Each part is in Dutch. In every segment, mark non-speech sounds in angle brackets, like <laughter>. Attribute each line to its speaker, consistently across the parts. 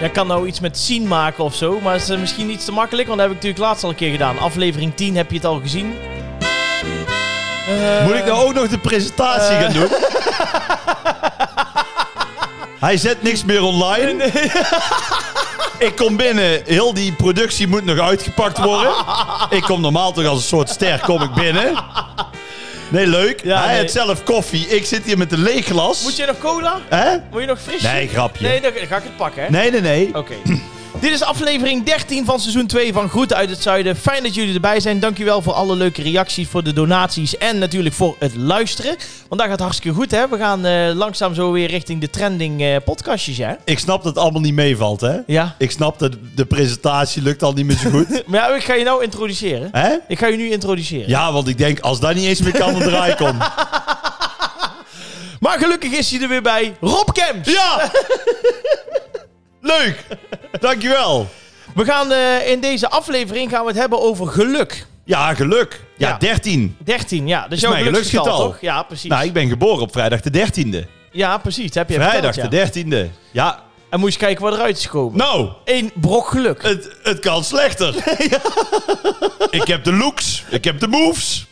Speaker 1: Jij kan nou iets met zien maken of zo, maar is eh, misschien iets te makkelijk, want dat heb ik natuurlijk laatst al een keer gedaan. Aflevering 10 heb je het al gezien. Eh,
Speaker 2: Moet ik nou ook nog de presentatie gaan doen?
Speaker 1: <laughs>
Speaker 2: Hij zet niks meer online. <laughs> Ik kom binnen, heel die productie moet nog uitgepakt worden. Ik kom normaal toch als een soort ster kom ik binnen. Nee, leuk.
Speaker 1: Ja,
Speaker 2: Hij
Speaker 1: nee.
Speaker 2: heeft zelf koffie. Ik zit hier met een leeg glas.
Speaker 1: Moet je nog cola?
Speaker 2: Hè?
Speaker 1: Moet je nog frisje?
Speaker 2: Nee, grapje.
Speaker 1: Nee, dan dan ga ik het pakken, hè?
Speaker 2: Nee, nee, nee.
Speaker 1: Oké. <clears throat> Dit is aflevering 13 van seizoen 2 van Groeten uit het Zuiden. Fijn dat jullie erbij zijn. Dankjewel voor alle leuke reacties, voor de donaties en natuurlijk voor het luisteren. Want daar gaat hartstikke goed, hè? We gaan eh, langzaam zo weer richting de trending eh, podcastjes, hè?
Speaker 2: Ik snap dat het allemaal niet meevalt, hè?
Speaker 1: Ja.
Speaker 2: Ik snap dat de presentatie lukt al niet meer zo
Speaker 1: <laughs>
Speaker 2: goed.
Speaker 1: Maar ja, ik ga je nou introduceren.
Speaker 2: Hè?
Speaker 1: Ik ga je nu introduceren.
Speaker 2: Ja, want ik denk, als dat niet eens meer kan, dan draai ik om.
Speaker 1: Maar gelukkig is hij er weer bij, Rob Kemps.
Speaker 2: Ja! Leuk! Dankjewel.
Speaker 1: We gaan eh, in deze aflevering gaan we het hebben over geluk.
Speaker 2: Ja, geluk. Ja,
Speaker 1: Ja.
Speaker 2: 13.
Speaker 1: 13, ja. Dat is jouw
Speaker 2: mijn
Speaker 1: geluksgetal,
Speaker 2: geluksgetal.
Speaker 1: toch? Ja, precies.
Speaker 2: Nou, ik ben geboren op vrijdag de 13e.
Speaker 1: Ja, precies. Heb je
Speaker 2: Vrijdag
Speaker 1: verteld, ja.
Speaker 2: de 13e. Ja.
Speaker 1: En moest je kijken wat eruit is gekomen.
Speaker 2: Nou,
Speaker 1: Eén brok
Speaker 2: <laughs>
Speaker 1: geluk.
Speaker 2: het, het kan
Speaker 1: <laughs>
Speaker 2: slechter. Ik heb de looks. Ik heb de moves.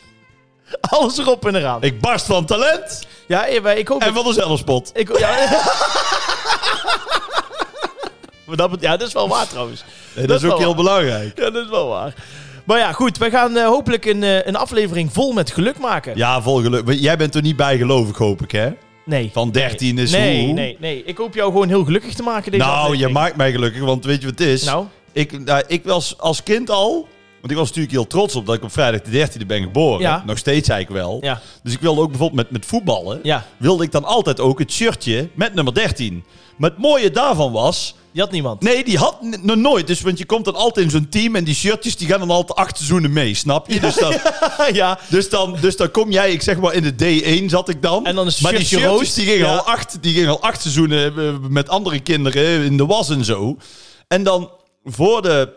Speaker 1: Alles erop en eraan.
Speaker 2: Ik barst van talent.
Speaker 1: Ja, eh, maar ik hoop...
Speaker 2: En van de zelfspot.
Speaker 1: Ik, ja, <laughs> Maar dat, bet- ja, dat is wel waar trouwens.
Speaker 2: En
Speaker 1: Dat
Speaker 2: dat
Speaker 1: is
Speaker 2: is ook
Speaker 1: wel
Speaker 2: heel
Speaker 1: waar.
Speaker 2: belangrijk.
Speaker 1: Ja, dat is wel waar. Maar ja, goed. We gaan eh, hopelijk een, eh, een aflevering vol met geluk maken.
Speaker 2: Ja, vol geluk. Maar Jij bent er niet bijgelovig, hoop ik, hè?
Speaker 1: Nee.
Speaker 2: Van 13 is
Speaker 1: Nee,
Speaker 2: hoe?
Speaker 1: nee, nee. Ik hoop jou gewoon heel gelukkig te maken deze
Speaker 2: Nou, je
Speaker 1: aflevering.
Speaker 2: maakt mij gelukkig, want weet je wat het is?
Speaker 1: Nou?
Speaker 2: Ik, nou, ik was als kind al... Want ik was natuurlijk heel trots op dat ik op vrijdag de 13e ben geboren.
Speaker 1: Ja.
Speaker 2: Nog steeds eigenlijk wel.
Speaker 1: Ja.
Speaker 2: Dus ik wilde ook bijvoorbeeld met, met voetballen...
Speaker 1: Ja.
Speaker 2: wilde ik dan altijd ook het shirtje met nummer 13. Maar het mooie daarvan was...
Speaker 1: Je had
Speaker 2: <laughs>
Speaker 1: niemand.
Speaker 2: Nee, die had n- nog nooit. Dus want je komt dan altijd in zo'n team... en die shirtjes die gaan dan altijd acht seizoenen mee, snap je? dus, dan,
Speaker 1: <laughs> ja.
Speaker 2: dus, dan, dus dan kom jij, ik zeg maar, in de D1 zat ik dan.
Speaker 1: En dan is het
Speaker 2: maar die
Speaker 1: shirtje
Speaker 2: shirtjes
Speaker 1: rood.
Speaker 2: die gingen,
Speaker 1: Ja.
Speaker 2: al acht, die gingen al acht seizoenen eh, met andere kinderen in de was en zo. En dan voor de...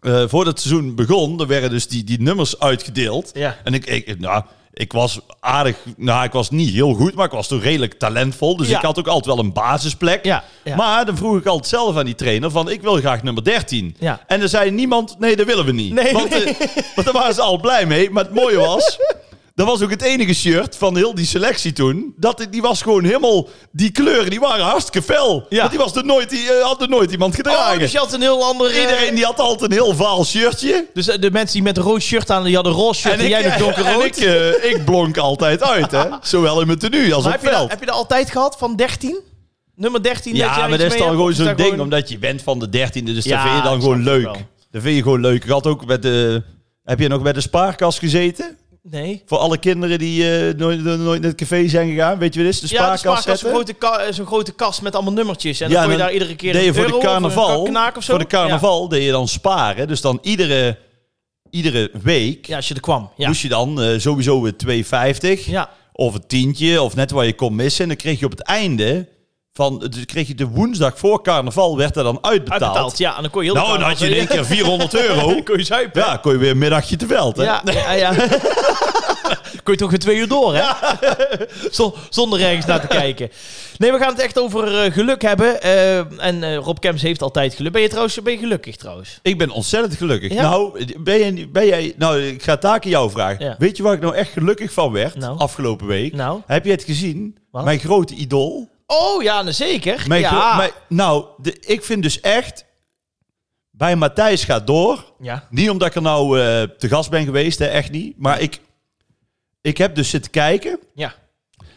Speaker 2: eh, voordat het seizoen begon, er werden dus die, die nummers uitgedeeld.
Speaker 1: Ja.
Speaker 2: En ik, ik, nou, ik was aardig, nou, ik was niet heel goed, maar ik was toch redelijk talentvol. Dus
Speaker 1: Ja.
Speaker 2: ik had ook altijd wel een basisplek.
Speaker 1: Ja, ja.
Speaker 2: Maar dan vroeg ik altijd zelf aan die trainer van, ik wil graag nummer 13.
Speaker 1: Ja.
Speaker 2: En er zei niemand, nee, dat willen we niet.
Speaker 1: Nee,
Speaker 2: want,
Speaker 1: nee.
Speaker 2: eh, <laughs> want daar waren ze al blij mee. Maar het mooie was, dat was ook het enige shirt van heel die selectie toen. Dat, die was gewoon helemaal, die kleuren, die waren hartstikke fel.
Speaker 1: Ja.
Speaker 2: Want die, was er nooit, die eh, had er nooit iemand gedragen.
Speaker 1: Oh, dus je had een heel andere...
Speaker 2: Iedereen die had altijd een heel vaal shirtje.
Speaker 1: Dus eh, de mensen die met een rood shirt aan, die hadden een roze shirt <laughs> en, jij nog donkerrood.
Speaker 2: en ik, eh, ik blonk altijd uit,
Speaker 1: <laughs>
Speaker 2: hè. Zowel in mijn tenue als
Speaker 1: Maar
Speaker 2: op
Speaker 1: heb je, dat,
Speaker 2: veld.
Speaker 1: heb je dat altijd gehad van 13? Nummer 13? dat jij
Speaker 2: ja, maar
Speaker 1: iets
Speaker 2: dat is
Speaker 1: mee
Speaker 2: dan
Speaker 1: hebt,
Speaker 2: gewoon
Speaker 1: of is
Speaker 2: zo'n
Speaker 1: dat
Speaker 2: ding,
Speaker 1: gewoon-
Speaker 2: omdat je bent van de dertiende, dus
Speaker 1: Ja,
Speaker 2: dat vind je
Speaker 1: ik
Speaker 2: dan gewoon
Speaker 1: snap het
Speaker 2: leuk.
Speaker 1: wel.
Speaker 2: Dat vind je gewoon leuk. Ik had ook met de... Heb je nog bij de spaarkas gezeten?
Speaker 1: Nee.
Speaker 2: Voor alle kinderen die eh, nooit, nooit naar het café zijn gegaan. Weet je wat het is? De
Speaker 1: Ja, de
Speaker 2: spaarkas
Speaker 1: spaarkas is zo'n
Speaker 2: zetten?
Speaker 1: grote, ka- eh, zo'n grote kast met allemaal nummertjes. En dan
Speaker 2: Ja,
Speaker 1: kon je
Speaker 2: dan
Speaker 1: daar iedere keer
Speaker 2: deed je
Speaker 1: een
Speaker 2: voor
Speaker 1: euro
Speaker 2: de
Speaker 1: of een
Speaker 2: carnaval,
Speaker 1: kak- knaak of zo.
Speaker 2: Voor de carnaval deed je dan sparen. Dus dan iedere, iedere week
Speaker 1: Ja, ja als je er kwam. Ja.
Speaker 2: moest je dan eh, sowieso weer 2,50.
Speaker 1: ja.
Speaker 2: Of een tientje, of net waar je kon missen. En dan kreeg je op het einde... Van, dus kreeg je de woensdag voor carnaval werd er dan uitbetaald.
Speaker 1: Uitbetaald. Ja, en dan kon je heel
Speaker 2: Nou,
Speaker 1: de
Speaker 2: dan had je in
Speaker 1: carnaval- <laughs>
Speaker 2: één keer 400 euro.
Speaker 1: kon je zuipen.
Speaker 2: Ja, kon je weer een middagje te veld. Hè?
Speaker 1: Ja, ja, ja. <laughs> Kun je toch weer twee uur door, hè? <laughs> Zo- Zonder ergens naar te kijken. Nee, we gaan het echt over eh, geluk hebben. Eh, en eh, Rob Kemps heeft altijd geluk. Ben je trouwens ben je gelukkig, trouwens?
Speaker 2: Ik ben ontzettend gelukkig.
Speaker 1: Ja?
Speaker 2: Nou, ben jij, ben jij, nou, ik ga het taak aan jou vragen.
Speaker 1: Ja.
Speaker 2: Weet je waar ik nou echt gelukkig van werd
Speaker 1: Nou?
Speaker 2: afgelopen week?
Speaker 1: Nou?
Speaker 2: Heb je het gezien?
Speaker 1: Wat?
Speaker 2: Mijn grote idool.
Speaker 1: Oh ja, nou, zeker.
Speaker 2: Mijn gro-
Speaker 1: ja.
Speaker 2: mijn- nou, de, ik vind dus echt... Bij Matthijs gaat door.
Speaker 1: ja.
Speaker 2: Niet omdat ik er nou eh, te gast ben geweest, hè, echt niet. Maar ik, ik heb dus zitten kijken.
Speaker 1: Ja.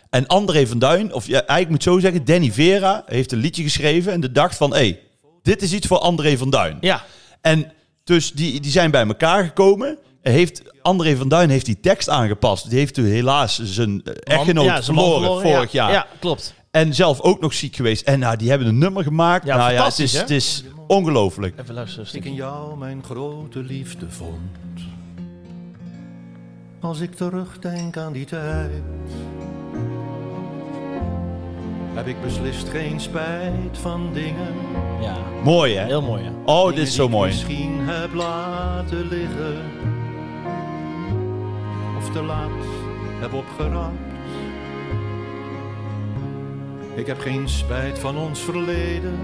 Speaker 2: En André van Duin, of ja, eigenlijk moet ik zo zeggen, Danny Vera heeft een liedje geschreven en de dacht van, hé, hey, dit is iets voor André van Duin.
Speaker 1: Ja.
Speaker 2: En dus die, die zijn bij elkaar gekomen. En Heeft, André van Duin heeft die tekst aangepast. Die heeft toen helaas zijn eh, echtgenoot
Speaker 1: Ja, zijn man
Speaker 2: verloren, vorig
Speaker 1: ja.
Speaker 2: jaar.
Speaker 1: Ja, klopt.
Speaker 2: En zelf ook nog ziek geweest. En nou, die hebben een nummer gemaakt.
Speaker 1: Ja,
Speaker 2: nou ja, het
Speaker 1: fantastisch,
Speaker 2: is,
Speaker 1: hè?
Speaker 2: het is ongelooflijk.
Speaker 1: Even luisteren.
Speaker 3: ik in jou mijn grote liefde vond. Als ik terugdenk aan die tijd, heb ik beslist geen spijt van dingen.
Speaker 1: Ja.
Speaker 2: Mooi, hè?
Speaker 1: Heel mooi, hè?
Speaker 2: Oh,
Speaker 3: dingen
Speaker 2: dit is
Speaker 3: die
Speaker 2: zo
Speaker 3: ik
Speaker 2: mooi.
Speaker 3: Misschien heb laten liggen, of te laat heb opgerapt. Ik heb geen spijt van ons verleden.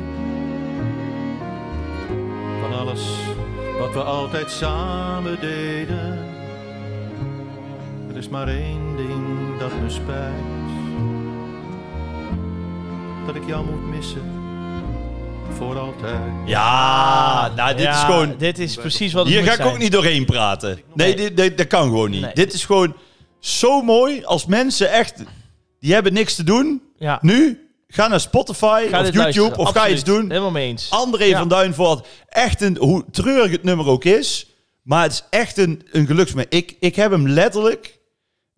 Speaker 3: was wat we altijd samen deden. Er is maar één ding dat me spijt. Dat ik jou moet missen. Voor altijd.
Speaker 2: Ja, nou, dit is
Speaker 1: Ja,
Speaker 2: gewoon...
Speaker 1: Dit is precies wat het
Speaker 2: Hier
Speaker 1: moet
Speaker 2: ga ik
Speaker 1: zijn.
Speaker 2: ook niet doorheen praten. Nee,
Speaker 1: Nee.
Speaker 2: dit, dit- dat kan gewoon niet.
Speaker 1: Nee.
Speaker 2: Dit is gewoon zo mooi als mensen echt... Die hebben niks te doen.
Speaker 1: Ja.
Speaker 2: Nu, ga naar Spotify
Speaker 1: Ga
Speaker 2: of
Speaker 1: dit
Speaker 2: YouTube
Speaker 1: luisteren,
Speaker 2: of ga
Speaker 1: absoluut.
Speaker 2: iets doen.
Speaker 1: Helemaal mee eens.
Speaker 2: André
Speaker 1: Ja.
Speaker 2: van Duinvoort, echt een, hoe treurig het nummer ook is, maar het is echt een, een geluksmoment. Ik, ik heb hem letterlijk,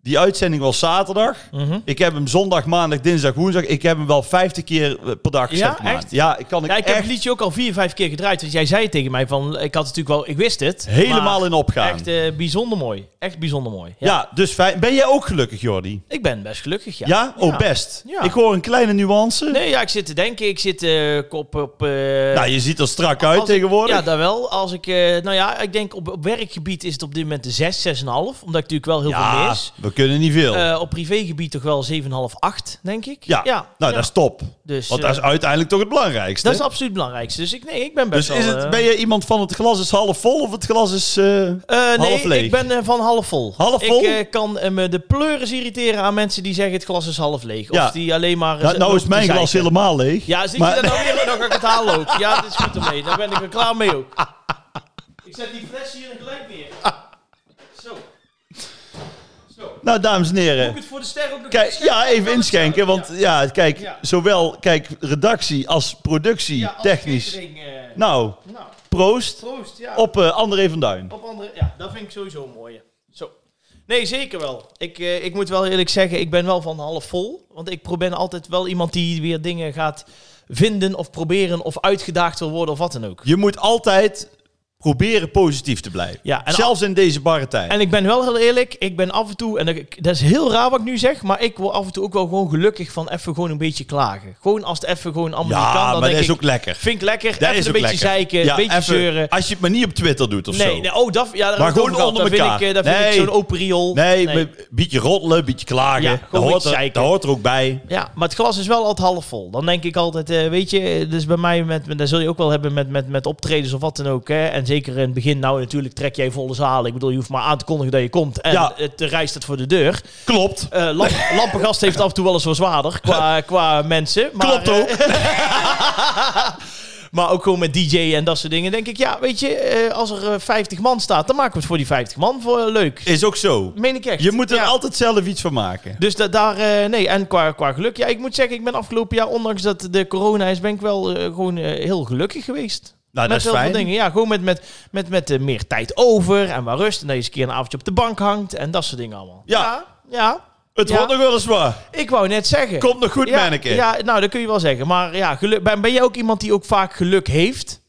Speaker 2: die uitzending was zaterdag,
Speaker 1: Mhm.
Speaker 2: ik heb hem zondag, maandag, dinsdag, woensdag, ik heb hem wel 50 keer eh, per dag gezet.
Speaker 1: Ja,
Speaker 2: maand.
Speaker 1: echt?
Speaker 2: Ja, ik kan ik,
Speaker 1: Ja, ik heb
Speaker 2: echt
Speaker 1: het liedje ook al vier, vijf keer gedraaid. Want jij zei tegen mij van, ik had het natuurlijk wel, ik wist het.
Speaker 2: helemaal
Speaker 1: maar
Speaker 2: in opgaan.
Speaker 1: Echt eh, bijzonder mooi. Echt bijzonder mooi.
Speaker 2: ja.
Speaker 1: Ja.
Speaker 2: dus fijn. Ben jij ook gelukkig, Jordi?
Speaker 1: Ik ben best gelukkig, ja.
Speaker 2: Ja? Oh, best.
Speaker 1: Ja.
Speaker 2: Ik hoor een kleine nuance.
Speaker 1: Nee, ja, ik zit te denken. Ik zit eh, op... op eh,
Speaker 2: nou, je ziet er strak uit
Speaker 1: als ik-
Speaker 2: tegenwoordig.
Speaker 1: ja, dat wel. Als ik, eh, nou ja, ik denk op, op werkgebied is het op dit moment de 6, 6,5. Omdat ik natuurlijk wel heel
Speaker 2: Ja,
Speaker 1: veel mis.
Speaker 2: we kunnen niet veel. Nou,
Speaker 1: Eh, op privégebied toch wel 7,5, 8, denk ik.
Speaker 2: ja. nou, dat is top.
Speaker 1: Dus,
Speaker 2: Want dat is
Speaker 1: eh,
Speaker 2: uiteindelijk toch het belangrijkste.
Speaker 1: dat is absoluut het belangrijkste. Dus ik, nee, ik ben best
Speaker 2: Dus
Speaker 1: wel...
Speaker 2: is het,
Speaker 1: eh,
Speaker 2: ben je iemand van het glas is half vol of het glas is... eh,
Speaker 1: Eh, nee,
Speaker 2: half leeg?
Speaker 1: ik ben eh, van half vol.
Speaker 2: Half vol?
Speaker 1: Ik eh, kan eh, me de pleuris irriteren aan mensen die zeggen het glas is half leeg.
Speaker 2: Ja.
Speaker 1: Of die alleen maar... eh,
Speaker 2: nou, nou is mijn glas
Speaker 1: helemaal.
Speaker 2: helemaal leeg.
Speaker 1: Ja, zie
Speaker 2: Maar-
Speaker 1: je dat nou weer? Dan ga ik het halen ook. Ja, dat is goed ermee. Daar ben ik er klaar mee ook. Ik zet die fles hier gelijk neer. Zo. Zo. Moet
Speaker 2: Nou, dames en
Speaker 1: ik
Speaker 2: heren.
Speaker 1: het voor de ster ook nog
Speaker 2: Kijk,
Speaker 1: inschenken?
Speaker 2: ja, even
Speaker 1: Kan het zo?
Speaker 2: inschenken. Want
Speaker 1: Ja.
Speaker 2: ja, kijk,
Speaker 1: Ja.
Speaker 2: zowel kijk, redactie als productie,
Speaker 1: Ja, als
Speaker 2: technisch.
Speaker 1: catering, eh,
Speaker 2: Nou,
Speaker 1: nou,
Speaker 2: proost
Speaker 1: troost, ja.
Speaker 2: op eh, André van Duin.
Speaker 1: Op andere, ja, dat vind ik sowieso mooi. Zo. Nee, zeker wel. Ik, eh, ik moet wel eerlijk zeggen, ik ben wel van half vol. Want ik pro- ben altijd wel iemand die weer dingen gaat vinden of proberen of uitgedaagd wil worden of wat dan ook.
Speaker 2: Je moet altijd proberen positief te blijven.
Speaker 1: Ja, en
Speaker 2: Zelfs in deze barre tijd.
Speaker 1: En ik ben wel heel eerlijk, ik ben af en toe, en dat, dat is heel raar wat ik nu zeg, maar ik word af en toe ook wel gewoon gelukkig van even gewoon een beetje klagen. Gewoon als het even gewoon allemaal niet kan,
Speaker 2: ja,
Speaker 1: dan
Speaker 2: maar dat
Speaker 1: denk
Speaker 2: is
Speaker 1: ik,
Speaker 2: ook lekker.
Speaker 1: vind ik lekker,
Speaker 2: Dat
Speaker 1: even
Speaker 2: is
Speaker 1: een
Speaker 2: ook
Speaker 1: beetje
Speaker 2: lekker.
Speaker 1: zeiken,
Speaker 2: Ja,
Speaker 1: een beetje
Speaker 2: even-
Speaker 1: zeuren.
Speaker 2: Als je het maar niet op Twitter doet of zo.
Speaker 1: Nee, nee, oh, dat, ja, daar
Speaker 2: Maar
Speaker 1: heb ik het
Speaker 2: gewoon
Speaker 1: over gehad.
Speaker 2: onder
Speaker 1: Dat
Speaker 2: elkaar.
Speaker 1: vind ik, eh, dat vind
Speaker 2: Nee.
Speaker 1: ik zo'n open riool.
Speaker 2: Nee, een beetje roddelen, een beetje klagen.
Speaker 1: Ja,
Speaker 2: dat,
Speaker 1: gewoon
Speaker 2: hoort
Speaker 1: beetje
Speaker 2: er,
Speaker 1: zeiken.
Speaker 2: dat hoort er ook bij.
Speaker 1: Ja, maar het glas is wel altijd half vol. Dan denk ik altijd, eh, weet je, dus bij mij, met, met, dat zul je ook wel hebben met, met, met optredens of wat dan ook. Hè. En zeker in het begin, nou natuurlijk trek jij volle zalen. Ik bedoel, je hoeft maar aan te kondigen dat je komt. En
Speaker 2: Ja.
Speaker 1: het, de reis staat voor de deur.
Speaker 2: Klopt.
Speaker 1: Eh, Lamp, <laughs> Lampengast heeft af en toe wel eens wat zwaarder
Speaker 2: <laughs>
Speaker 1: qua, qua mensen. Maar,
Speaker 2: Klopt
Speaker 1: eh,
Speaker 2: ook.
Speaker 1: <laughs> maar ook gewoon met DJ en dat soort dingen. Denk ik, ja, weet je, eh, als er eh, 50 man staat, dan maken we het voor die 50 man voor, eh, leuk.
Speaker 2: Is ook zo.
Speaker 1: Meen ik echt.
Speaker 2: Je moet er
Speaker 1: Ja.
Speaker 2: altijd zelf iets van maken.
Speaker 1: Dus da- daar, eh, nee, en qua, qua geluk. Ja, ik moet zeggen, ik ben afgelopen jaar, ondanks dat de corona is, ben ik wel eh, gewoon eh, heel gelukkig geweest.
Speaker 2: Nou, dat
Speaker 1: met
Speaker 2: is
Speaker 1: heel
Speaker 2: fijn.
Speaker 1: veel dingen. Ja, gewoon met, met, met, met eh, meer tijd over en waar rust. En dat je eens een keer een avondje op de bank hangt en dat soort dingen allemaal.
Speaker 2: Ja.
Speaker 1: Ja, ja.
Speaker 2: Het
Speaker 1: Ja.
Speaker 2: wordt nog wel eens waar.
Speaker 1: ik wou net zeggen.
Speaker 2: Komt nog goed,
Speaker 1: ja,
Speaker 2: manneke.
Speaker 1: ja, nou, dat kun je wel zeggen. Maar ja, geluk, ben, ben jij ook iemand die ook vaak geluk heeft?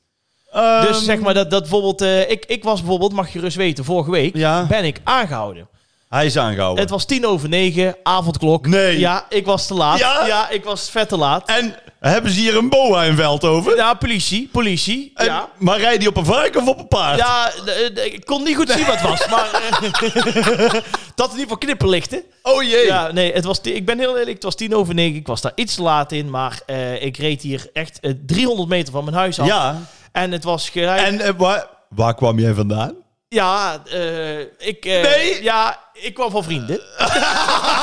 Speaker 2: Ehm,
Speaker 1: dus zeg maar dat, dat bijvoorbeeld... eh, ik, ik was bijvoorbeeld, mag je rust weten, vorige week
Speaker 2: Ja.
Speaker 1: ben ik aangehouden.
Speaker 2: Hij is aangehouden.
Speaker 1: Het was tien over negen, avondklok.
Speaker 2: Nee.
Speaker 1: Ja, ik was te laat.
Speaker 2: Ja?
Speaker 1: ik was vet te laat.
Speaker 2: En hebben ze hier een boa in Veldhoven?
Speaker 1: Ja, politie, politie.
Speaker 2: En-
Speaker 1: ja.
Speaker 2: Maar rijdt die op een varken of op een paard?
Speaker 1: Ja, d- d- ik kon niet goed zien wat het was, maar eh, <laughs> dat in ieder geval knipperlichten.
Speaker 2: Oh jee.
Speaker 1: Ja, nee, het was, ti- ik ben heel eerlijk, het was tien over negen, ik was daar iets te laat in, maar eh, ik reed hier echt eh, 300 meter van mijn huis af.
Speaker 2: Ja.
Speaker 1: En het was gelijk.
Speaker 2: En eh, waar, waar kwam jij vandaan?
Speaker 1: Ja, eh, ik. eh,
Speaker 2: Nee?
Speaker 1: Ja, ik kwam van vrienden.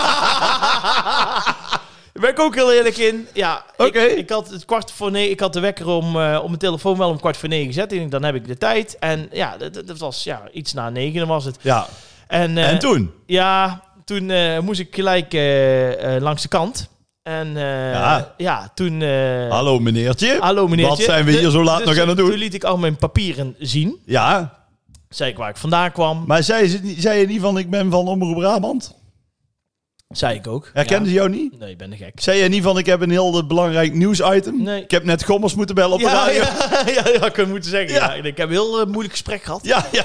Speaker 2: <laughs>
Speaker 1: Daar ben ik ook heel eerlijk in. Ja,
Speaker 2: Oké.
Speaker 1: ik, ik had het kwart voor negen. Ik had de wekker om, eh, op mijn telefoon wel om kwart voor negen gezet. Ik denk, dan heb ik de tijd. En ja, dat, dat- dat was ja, iets na negen was het.
Speaker 2: Ja.
Speaker 1: En, eh,
Speaker 2: en toen?
Speaker 1: Ja, toen eh, moest ik gelijk eh, eh, langs de kant. En eh,
Speaker 2: Ja.
Speaker 1: ja. toen. eh,
Speaker 2: Hallo meneertje.
Speaker 1: Hallo meneertje.
Speaker 2: Wat zijn we hier
Speaker 1: De-
Speaker 2: zo laat
Speaker 1: dus
Speaker 2: nog aan het doen?
Speaker 1: Toen liet ik al mijn papieren zien.
Speaker 2: Ja.
Speaker 1: Zei ik waar ik vandaan kwam.
Speaker 2: Maar zei, ze, niet- zei je niet van ik ben van Omroep Brabant?
Speaker 1: Zei ik ook.
Speaker 2: Herkenden ze jou niet?
Speaker 1: Ja. Nee, ik ben een gek.
Speaker 2: Zei je niet van ik heb een heel belangrijk nieuwsitem?
Speaker 1: Nee.
Speaker 2: Ik heb net Gommers moeten bellen op de
Speaker 1: Ja,
Speaker 2: radio.
Speaker 1: ja, <laughs> ja, ja, ik had moeten zeggen.
Speaker 2: Ja.
Speaker 1: Ja. Ik heb een heel eh, moeilijk gesprek gehad.
Speaker 2: ja, ja.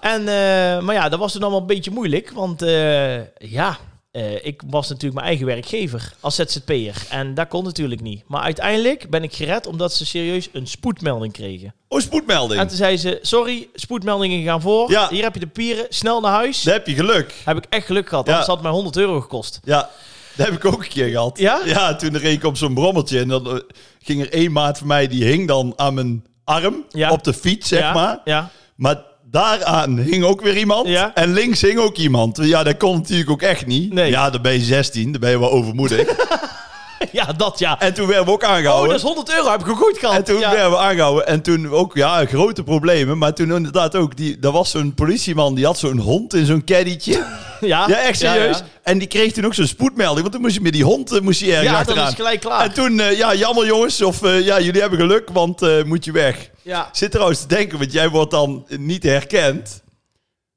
Speaker 1: En, eh, maar ja, dat was toen allemaal een beetje moeilijk. Want eh, ja, eh, ik was natuurlijk mijn eigen werkgever als ZZP'er. En dat kon natuurlijk niet. Maar uiteindelijk ben ik gered omdat ze serieus een spoedmelding kregen.
Speaker 2: Oh, spoedmelding.
Speaker 1: En toen zei ze, sorry, spoedmeldingen gaan voor.
Speaker 2: Ja.
Speaker 1: Hier heb je de pieren, snel naar huis.
Speaker 2: Dan heb je geluk.
Speaker 1: Heb ik echt geluk gehad,
Speaker 2: Ja.
Speaker 1: anders had het mij 100 euro gekost.
Speaker 2: Ja, dat heb ik ook een keer gehad.
Speaker 1: Ja?
Speaker 2: Ja, toen reed ik op zo'n brommeltje en dan eh, ging er één maat van mij, die hing dan aan mijn arm
Speaker 1: Ja.
Speaker 2: op de fiets, zeg
Speaker 1: ja,
Speaker 2: maar.
Speaker 1: Ja. <laughs>
Speaker 2: Maar daaraan hing ook weer iemand.
Speaker 1: Ja.
Speaker 2: En links hing ook iemand. Ja, dat kon natuurlijk ook echt niet.
Speaker 1: Nee.
Speaker 2: Ja, dan ben je 16, dan ben je wel overmoedig. <laughs>
Speaker 1: ja, dat ja.
Speaker 2: en toen werden we ook
Speaker 1: Oh,
Speaker 2: aangehouden.
Speaker 1: dat is 100 euro. Heb ik goed gehad.
Speaker 2: en toen
Speaker 1: ja.
Speaker 2: werden we aangehouden. En toen ook, ja, grote problemen. Maar toen inderdaad ook, die, er was zo'n politieman, die had zo'n hond in zo'n
Speaker 1: <laughs>
Speaker 2: caddietje.
Speaker 1: Ja.
Speaker 2: Ja, echt serieus.
Speaker 1: ja.
Speaker 2: En die kreeg toen ook zo'n spoedmelding, want toen moest je met die hond eh, moest je ergens
Speaker 1: Ja, dan
Speaker 2: achteraan.
Speaker 1: is het gelijk klaar.
Speaker 2: En toen, eh, ja, jammer jongens, of eh, ja, jullie hebben geluk, want eh, moet je weg.
Speaker 1: Ja.
Speaker 2: Zit trouwens te denken, want jij wordt dan niet herkend.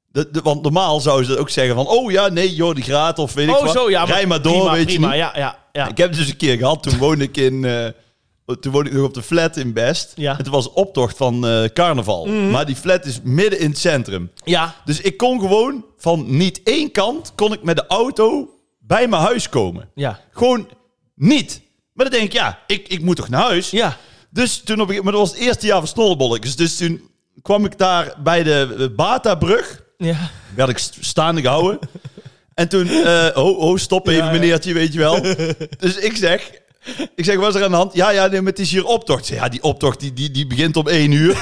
Speaker 2: De, de- want normaal zouden ze ook zeggen van, oh ja, nee, joh, die graad of weet ik
Speaker 1: Oh,
Speaker 2: wat.
Speaker 1: zo ja.
Speaker 2: Rij maar door,
Speaker 1: prima,
Speaker 2: weet
Speaker 1: prima.
Speaker 2: je niet.
Speaker 1: Ja, ja, ja.
Speaker 2: Ik heb het dus een keer gehad, toen woonde ik in... eh, toen woonde ik nog op de flat in Best.
Speaker 1: Ja. Mhm.
Speaker 2: Het was optocht van eh, carnaval. Maar die flat is midden in het centrum.
Speaker 1: Ja.
Speaker 2: Dus ik kon gewoon van niet één kant kon ik met de auto bij mijn huis komen.
Speaker 1: Ja.
Speaker 2: Gewoon niet. Maar dan denk ik, ja, ik, ik moet toch naar huis?
Speaker 1: Ja.
Speaker 2: Dus toen op een gegeven maar dat was het eerste jaar van Snollebolletjes. Dus toen kwam ik daar bij de eh, Batabrug.
Speaker 1: Ja.
Speaker 2: Werd ik st-
Speaker 1: <laughs>
Speaker 2: staande gehouden. en toen, eh, oh, oh, stop even
Speaker 1: ja.
Speaker 2: meneertje, weet je
Speaker 1: <laughs>
Speaker 2: wel. dus ik zeg... Ik zeg, was er aan de hand? Ja, ja, nee, maar het is hier optocht. Ik zeg, Ja, die optocht die, die, die begint om één
Speaker 1: <laughs>
Speaker 2: uur.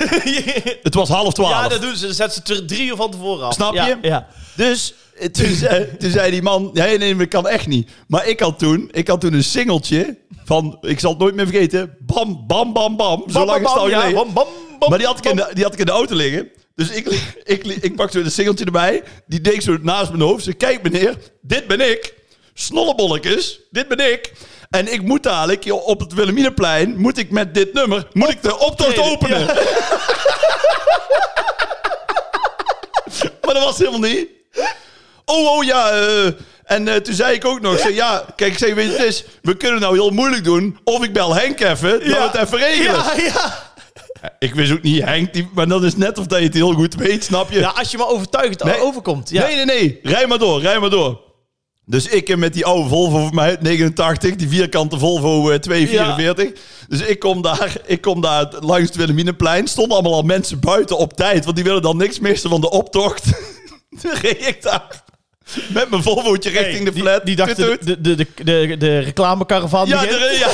Speaker 2: het was half twaalf.
Speaker 1: <laughs> Ja, dat doen ze. Dan zetten ze er drie uur van tevoren af.
Speaker 2: Snap
Speaker 1: Ja,
Speaker 2: je?
Speaker 1: Ja.
Speaker 2: Dus eh, toen zei, toen zei die man, nee, nee, dat kan echt niet. Maar ik had toen, ik had toen een singeltje van, ik zal het nooit meer vergeten, bam, bam, bam, bam, zo lang is het al
Speaker 1: ja,
Speaker 2: geleden.
Speaker 1: bam, bam, bam,
Speaker 2: Maar die had, ik in
Speaker 1: bam.
Speaker 2: de, die had ik in de auto liggen. Dus ik, li- ik, li- ik pakte zo een singeltje erbij, die deed ik zo naast mijn hoofd. Ze kijk meneer, dit ben ik. Snollebolletjes, dit ben ik. En ik moet dadelijk joh, op het Wilhelminaplein, moet ik met dit nummer, moet ik de optocht
Speaker 1: Optreden,
Speaker 2: openen. <laughs> Maar dat was helemaal niet. Oh, oh ja. eh, en eh, toen zei ik ook nog, ik zeg, ja, kijk, ik zeg, weet je, het is, we kunnen nou heel moeilijk doen. Of ik bel Henk even, dat we het even regelen.
Speaker 1: Ja, ja.
Speaker 2: Ik wist ook niet Henk, die, maar dat is net of dat je het heel goed weet, snap je?
Speaker 1: ja, als je maar overtuigend
Speaker 2: Nee.
Speaker 1: overkomt. Ja.
Speaker 2: Nee, nee, nee, rij maar door, rij maar door. Dus ik eh, met die oude Volvo van mij, uit 89, die vierkante Volvo eh, 244. Dus ik kom, daar, ik kom daar langs het Wilhelminaplein. Stonden allemaal al mensen buiten op tijd, want die willen dan niks missen van de optocht. <laughs> Toen reed ik daar met mijn Volvootje richting de
Speaker 1: die,
Speaker 2: flat.
Speaker 1: die dachten
Speaker 2: Toet, toet.
Speaker 1: de, de, de, de, de reclamecaravan
Speaker 2: Ja,
Speaker 1: begint.
Speaker 2: er- ja.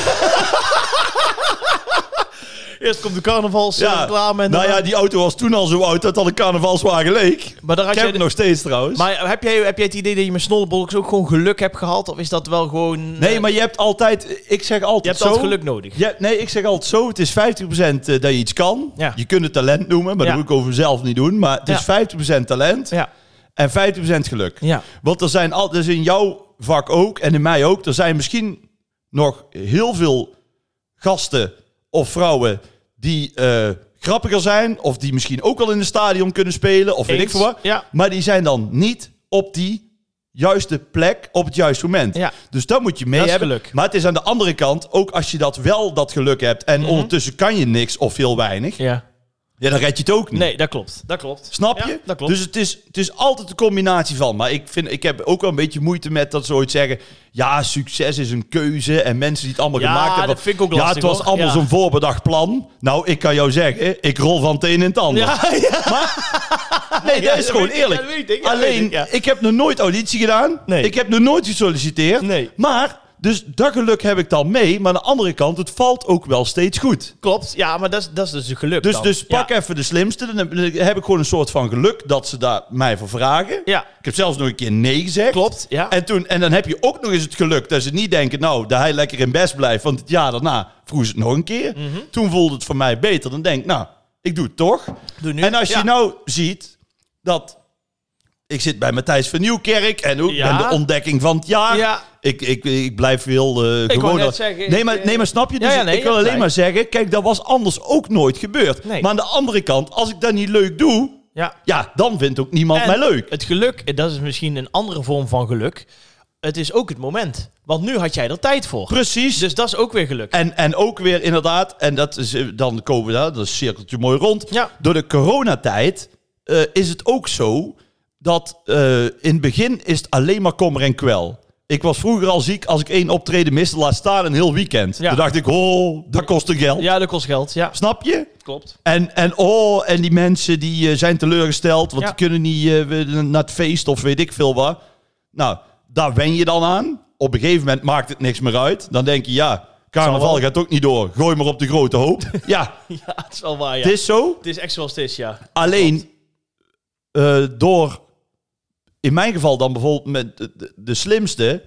Speaker 1: Eerst komt de carnavalsreclame.
Speaker 2: ja.
Speaker 1: en
Speaker 2: Nou
Speaker 1: dan-
Speaker 2: ja, die auto was toen al zo oud dat dat een carnavalswagen leek.
Speaker 1: maar daar had
Speaker 2: Ik heb
Speaker 1: jij
Speaker 2: het nog steeds trouwens.
Speaker 1: Maar heb jij, heb jij het idee dat je met snollebolks ook gewoon geluk hebt gehad? Of is dat wel gewoon... eh,
Speaker 2: Nee, maar je hebt altijd, ik zeg altijd
Speaker 1: Je hebt
Speaker 2: zo.
Speaker 1: dat geluk nodig.
Speaker 2: Je hebt- nee, ik zeg altijd zo, het is 50% dat je iets kan.
Speaker 1: Ja.
Speaker 2: Je kunt het talent noemen, maar
Speaker 1: Ja.
Speaker 2: dat moet ik over mezelf niet doen. Maar het
Speaker 1: Ja.
Speaker 2: is 50% talent
Speaker 1: Ja.
Speaker 2: en 50% geluk.
Speaker 1: Ja.
Speaker 2: Want er zijn altijd, dus in jouw vak ook en in mij ook, er zijn misschien nog heel veel gasten of vrouwen die eh, grappiger zijn. Of die misschien ook wel in het stadion kunnen spelen of weet ik
Speaker 1: Eens.
Speaker 2: veel wat.
Speaker 1: Ja.
Speaker 2: Maar die zijn dan niet op die juiste plek op het juiste moment.
Speaker 1: Ja.
Speaker 2: Dus dat moet je mee
Speaker 1: Dat is
Speaker 2: hebben.
Speaker 1: geluk.
Speaker 2: Maar het is aan de andere kant, ook als je dat wel dat geluk hebt en ondertussen kan je niks of heel weinig,
Speaker 1: Mhm. Ja.
Speaker 2: ja, dan red je het ook niet.
Speaker 1: Nee, dat klopt. Dat klopt.
Speaker 2: Snap
Speaker 1: Ja,
Speaker 2: je?
Speaker 1: dat klopt.
Speaker 2: Dus het is, het is altijd een combinatie van. Maar ik, vind, ik heb ook wel een beetje moeite met dat ze ooit zeggen... ja, succes is een keuze en mensen die het allemaal
Speaker 1: Ja,
Speaker 2: gemaakt hebben...
Speaker 1: dat vind ik ook
Speaker 2: Ja, het
Speaker 1: lastig,
Speaker 2: was
Speaker 1: hoor.
Speaker 2: allemaal
Speaker 1: Ja.
Speaker 2: zo'n voorbedacht plan. Nou, ik kan jou zeggen, ik rol van het een in het ander.
Speaker 1: <laughs> Ja, ja.
Speaker 2: Nee,
Speaker 1: Ja,
Speaker 2: dat is
Speaker 1: dat
Speaker 2: gewoon
Speaker 1: weet ik,
Speaker 2: eerlijk.
Speaker 1: ja, dat weet ik, ja, dat
Speaker 2: Alleen,
Speaker 1: weet ik, ja.
Speaker 2: heb nog nooit auditie gedaan.
Speaker 1: Nee.
Speaker 2: Ik heb nog nooit gesolliciteerd.
Speaker 1: Nee.
Speaker 2: Maar, dus dat geluk heb ik dan mee. Maar aan de andere kant, het valt ook wel steeds goed.
Speaker 1: Klopt. Ja, maar dat is, dat is dus een geluk
Speaker 2: Dus,
Speaker 1: dan.
Speaker 2: dus pak
Speaker 1: ja.
Speaker 2: even de slimste. Dan heb, dan heb ik gewoon een soort van geluk dat ze daar mij voor vragen.
Speaker 1: Ja.
Speaker 2: Ik heb zelfs nog een keer nee gezegd.
Speaker 1: Klopt, ja.
Speaker 2: En, toen, en dan heb je ook nog eens het geluk dat ze niet denken... nou, dat hij lekker in best blijft. Want het jaar daarna vroeg ze het nog een keer.
Speaker 1: Mhm.
Speaker 2: Toen voelde het voor mij beter. Dan denk ik, nou, ik doe het toch.
Speaker 1: Doe nu.
Speaker 2: En als je
Speaker 1: Ja.
Speaker 2: nou ziet dat... Ik zit bij Matthijs van Nieuwkerk en ook
Speaker 1: Ja.
Speaker 2: ben de ontdekking van het jaar.
Speaker 1: Ja.
Speaker 2: Ik, ik, ik blijf heel eh,
Speaker 1: wou
Speaker 2: gewoon...
Speaker 1: net
Speaker 2: dat-
Speaker 1: zeggen,
Speaker 2: nee,
Speaker 1: ik,
Speaker 2: maar,
Speaker 1: eh,
Speaker 2: nee, maar snap je?
Speaker 1: Ja,
Speaker 2: Dus
Speaker 1: ja, nee,
Speaker 2: ik wil
Speaker 1: je
Speaker 2: alleen
Speaker 1: hebt
Speaker 2: maar zeggen, kijk, dat was anders ook nooit gebeurd.
Speaker 1: Nee.
Speaker 2: Maar aan de andere kant, als ik dat niet leuk doe,
Speaker 1: Ja.
Speaker 2: ja, dan vindt ook niemand
Speaker 1: En
Speaker 2: mij leuk.
Speaker 1: Het geluk, dat is misschien een andere vorm van geluk. Het is ook het moment. Want nu had jij er tijd voor.
Speaker 2: Precies.
Speaker 1: Dus dat is ook weer geluk.
Speaker 2: En, en ook weer inderdaad, en dat is, eh, dan komen we daar, dat is cirkeltje mooi rond.
Speaker 1: Ja.
Speaker 2: Door de coronatijd eh, is het ook zo dat eh, in het begin is het alleen maar kommer en kwel. Ik was vroeger al ziek als ik één optreden miste, laat staan een heel weekend.
Speaker 1: Ja.
Speaker 2: Toen dacht ik, oh, dat kostte geld.
Speaker 1: Ja, dat kost geld. Ja,
Speaker 2: Snap je?
Speaker 1: klopt.
Speaker 2: En, en, oh, en die mensen die eh, zijn teleurgesteld, want
Speaker 1: Ja.
Speaker 2: die kunnen niet eh, we- naar het feest of weet ik veel wat. Nou, daar wen je dan aan. Op een gegeven moment maakt het niks meer uit. Dan denk je, ja, Carnaval
Speaker 1: Zal wel.
Speaker 2: gaat ook niet door. Gooi maar op de grote hoop. ja,
Speaker 1: <laughs> Ja, het is wel waar, ja.
Speaker 2: het is zo.
Speaker 1: het is echt zoals het is, ja.
Speaker 2: Alleen eh, door, in mijn geval dan bijvoorbeeld met de, de- de slimste,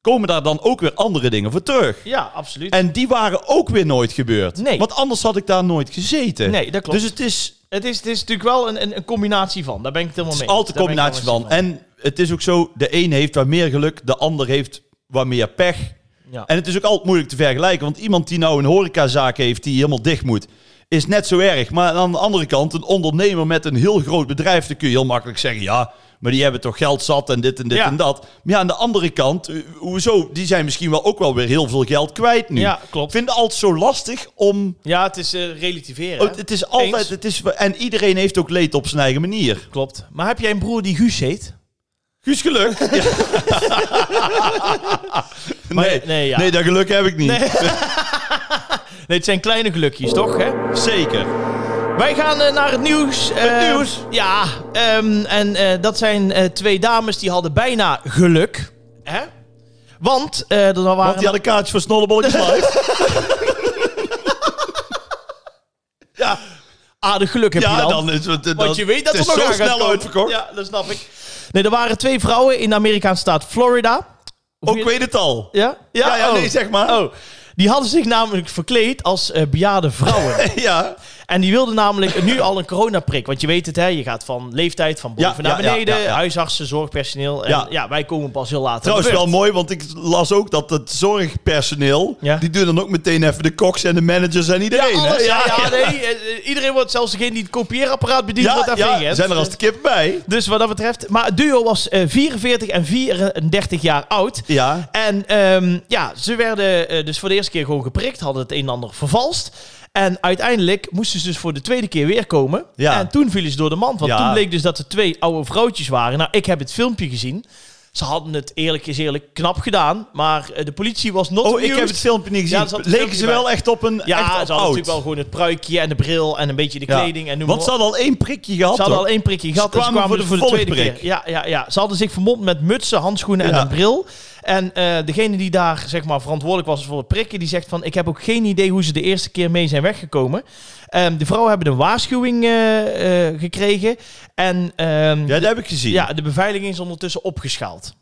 Speaker 2: komen daar dan ook weer andere dingen voor terug.
Speaker 1: Ja, absoluut.
Speaker 2: En die waren ook weer nooit gebeurd.
Speaker 1: Nee.
Speaker 2: Want anders had ik daar nooit gezeten.
Speaker 1: Nee, dat klopt.
Speaker 2: Dus het is,
Speaker 1: het, is, het is natuurlijk wel een, een, een combinatie van. Daar ben ik het helemaal
Speaker 2: het
Speaker 1: mee.
Speaker 2: is altijd een
Speaker 1: Daar ben ik
Speaker 2: combinatie van.
Speaker 1: helemaal
Speaker 2: En het is ook zo, de een heeft waar meer geluk, de ander heeft waar meer pech.
Speaker 1: Ja.
Speaker 2: En het is ook altijd moeilijk te vergelijken. Want iemand die nou een horecazaak heeft die helemaal dicht moet, is net zo erg. Maar aan de andere kant, een ondernemer met een heel groot bedrijf, dan kun je heel makkelijk zeggen, ja, maar die hebben toch geld zat en dit en dit
Speaker 1: Ja.
Speaker 2: en dat. Maar ja, aan de andere kant, eh, hoezo, die zijn misschien wel ook wel weer heel veel geld kwijt nu.
Speaker 1: Ja,
Speaker 2: Ik
Speaker 1: klopt.
Speaker 2: vind het altijd zo lastig om...
Speaker 1: Ja, het is eh, relativeren. hè?
Speaker 2: Oh, het is altijd...
Speaker 1: Eens.
Speaker 2: Het is, en iedereen heeft ook leed op zijn eigen manier.
Speaker 1: Klopt. Maar heb jij een broer die Guus heet?
Speaker 2: Guus, <laughs> geluk.
Speaker 1: <laughs> Maar-
Speaker 2: nee,
Speaker 1: nee,
Speaker 2: nee,
Speaker 1: ja.
Speaker 2: dat geluk heb ik niet.
Speaker 1: Nee, het zijn kleine gelukjes, toch? Hè?
Speaker 2: Zeker.
Speaker 1: Wij gaan eh, naar het nieuws. Eh,
Speaker 2: nieuws?
Speaker 1: Ja, ehm, en eh, dat zijn eh, twee dames die hadden bijna geluk. Hè? Want eh er waren...
Speaker 2: Want die had een kaartje voor Snollebootjes
Speaker 1: <laughs>
Speaker 2: Live. ja,
Speaker 1: aardig geluk heb je
Speaker 2: ja
Speaker 1: dan.
Speaker 2: dan is het,
Speaker 1: Want
Speaker 2: dan-
Speaker 1: je weet dat
Speaker 2: het
Speaker 1: er
Speaker 2: is
Speaker 1: nog
Speaker 2: zo
Speaker 1: aan gaat
Speaker 2: snel
Speaker 1: komen.
Speaker 2: uitverkocht.
Speaker 1: Ja, dat snap ik. Nee, er waren twee vrouwen in de Amerikaanse staat Florida. Of
Speaker 2: Ook
Speaker 1: niet?
Speaker 2: weet het al.
Speaker 1: Ja?
Speaker 2: Ja, ja,
Speaker 1: oh.
Speaker 2: nee, zeg maar.
Speaker 1: Oh. Die hadden zich namelijk verkleed als eh, bejaarde
Speaker 2: <laughs>
Speaker 1: vrouwen.
Speaker 2: Ja,
Speaker 1: En die wilden namelijk nu al een coronaprik. Want je weet het, hè, je gaat van leeftijd, van boven
Speaker 2: Ja,
Speaker 1: naar
Speaker 2: ja, ja,
Speaker 1: beneden.
Speaker 2: ja, ja.
Speaker 1: Huisartsen, zorgpersoneel. En ja.
Speaker 2: Ja.
Speaker 1: wij komen pas heel laat. aan
Speaker 2: trouwens
Speaker 1: de
Speaker 2: wel
Speaker 1: beurt.
Speaker 2: mooi, want ik las ook dat het zorgpersoneel...
Speaker 1: Ja.
Speaker 2: die doen dan ook meteen even de koks en de managers en iedereen.
Speaker 1: Ja, alles,
Speaker 2: hè?
Speaker 1: ja, ja, nee. eh, eh, Iedereen wordt, zelfs degene die het kopieerapparaat bedient,
Speaker 2: Ja,
Speaker 1: wordt daar
Speaker 2: ja,
Speaker 1: ingeënt.
Speaker 2: zijn er als de kip bij.
Speaker 1: Dus wat dat betreft. Maar het duo was eh, 44 en 34 jaar oud.
Speaker 2: Ja,
Speaker 1: En ehm, ja, ze werden eh, dus voor de eerste keer gewoon geprikt, hadden het een en ander vervalst. En uiteindelijk moesten ze dus voor de tweede keer weer komen.
Speaker 2: Ja.
Speaker 1: En toen vielen ze door de mand. Want
Speaker 2: Ja.
Speaker 1: toen bleek dus dat er twee oude vrouwtjes waren. Nou, ik heb het filmpje gezien. Ze hadden het eerlijk is eerlijk knap gedaan. Maar eh, de politie was not
Speaker 2: Oh, ik
Speaker 1: amused.
Speaker 2: heb het filmpje niet
Speaker 1: Ja,
Speaker 2: gezien.
Speaker 1: er zat een
Speaker 2: Leken
Speaker 1: filmpje
Speaker 2: ze
Speaker 1: bij.
Speaker 2: wel echt op een
Speaker 1: Ja,
Speaker 2: echt
Speaker 1: ze
Speaker 2: op
Speaker 1: hadden
Speaker 2: oud.
Speaker 1: natuurlijk wel gewoon het pruikje en de bril en een beetje de
Speaker 2: Ja.
Speaker 1: kleding. En noem maar
Speaker 2: Want ze hadden al één prikje gehad.
Speaker 1: ze hadden al
Speaker 2: hoor.
Speaker 1: één prikje gehad.
Speaker 2: Ze
Speaker 1: en
Speaker 2: kwamen
Speaker 1: dus
Speaker 2: voor de volgeprik.
Speaker 1: Ja, ja, ja. Ze hadden zich vermomd met mutsen, handschoenen en
Speaker 2: Ja.
Speaker 1: een bril. En eh, degene die daar zeg maar, verantwoordelijk was voor het prikken, die zegt van... ik heb ook geen idee hoe ze de eerste keer mee zijn weggekomen. Ehm, de vrouwen hebben een waarschuwing eh, eh, gekregen. En ehm,
Speaker 2: Ja, dat heb ik gezien.
Speaker 1: ja, de beveiliging is ondertussen opgeschaald.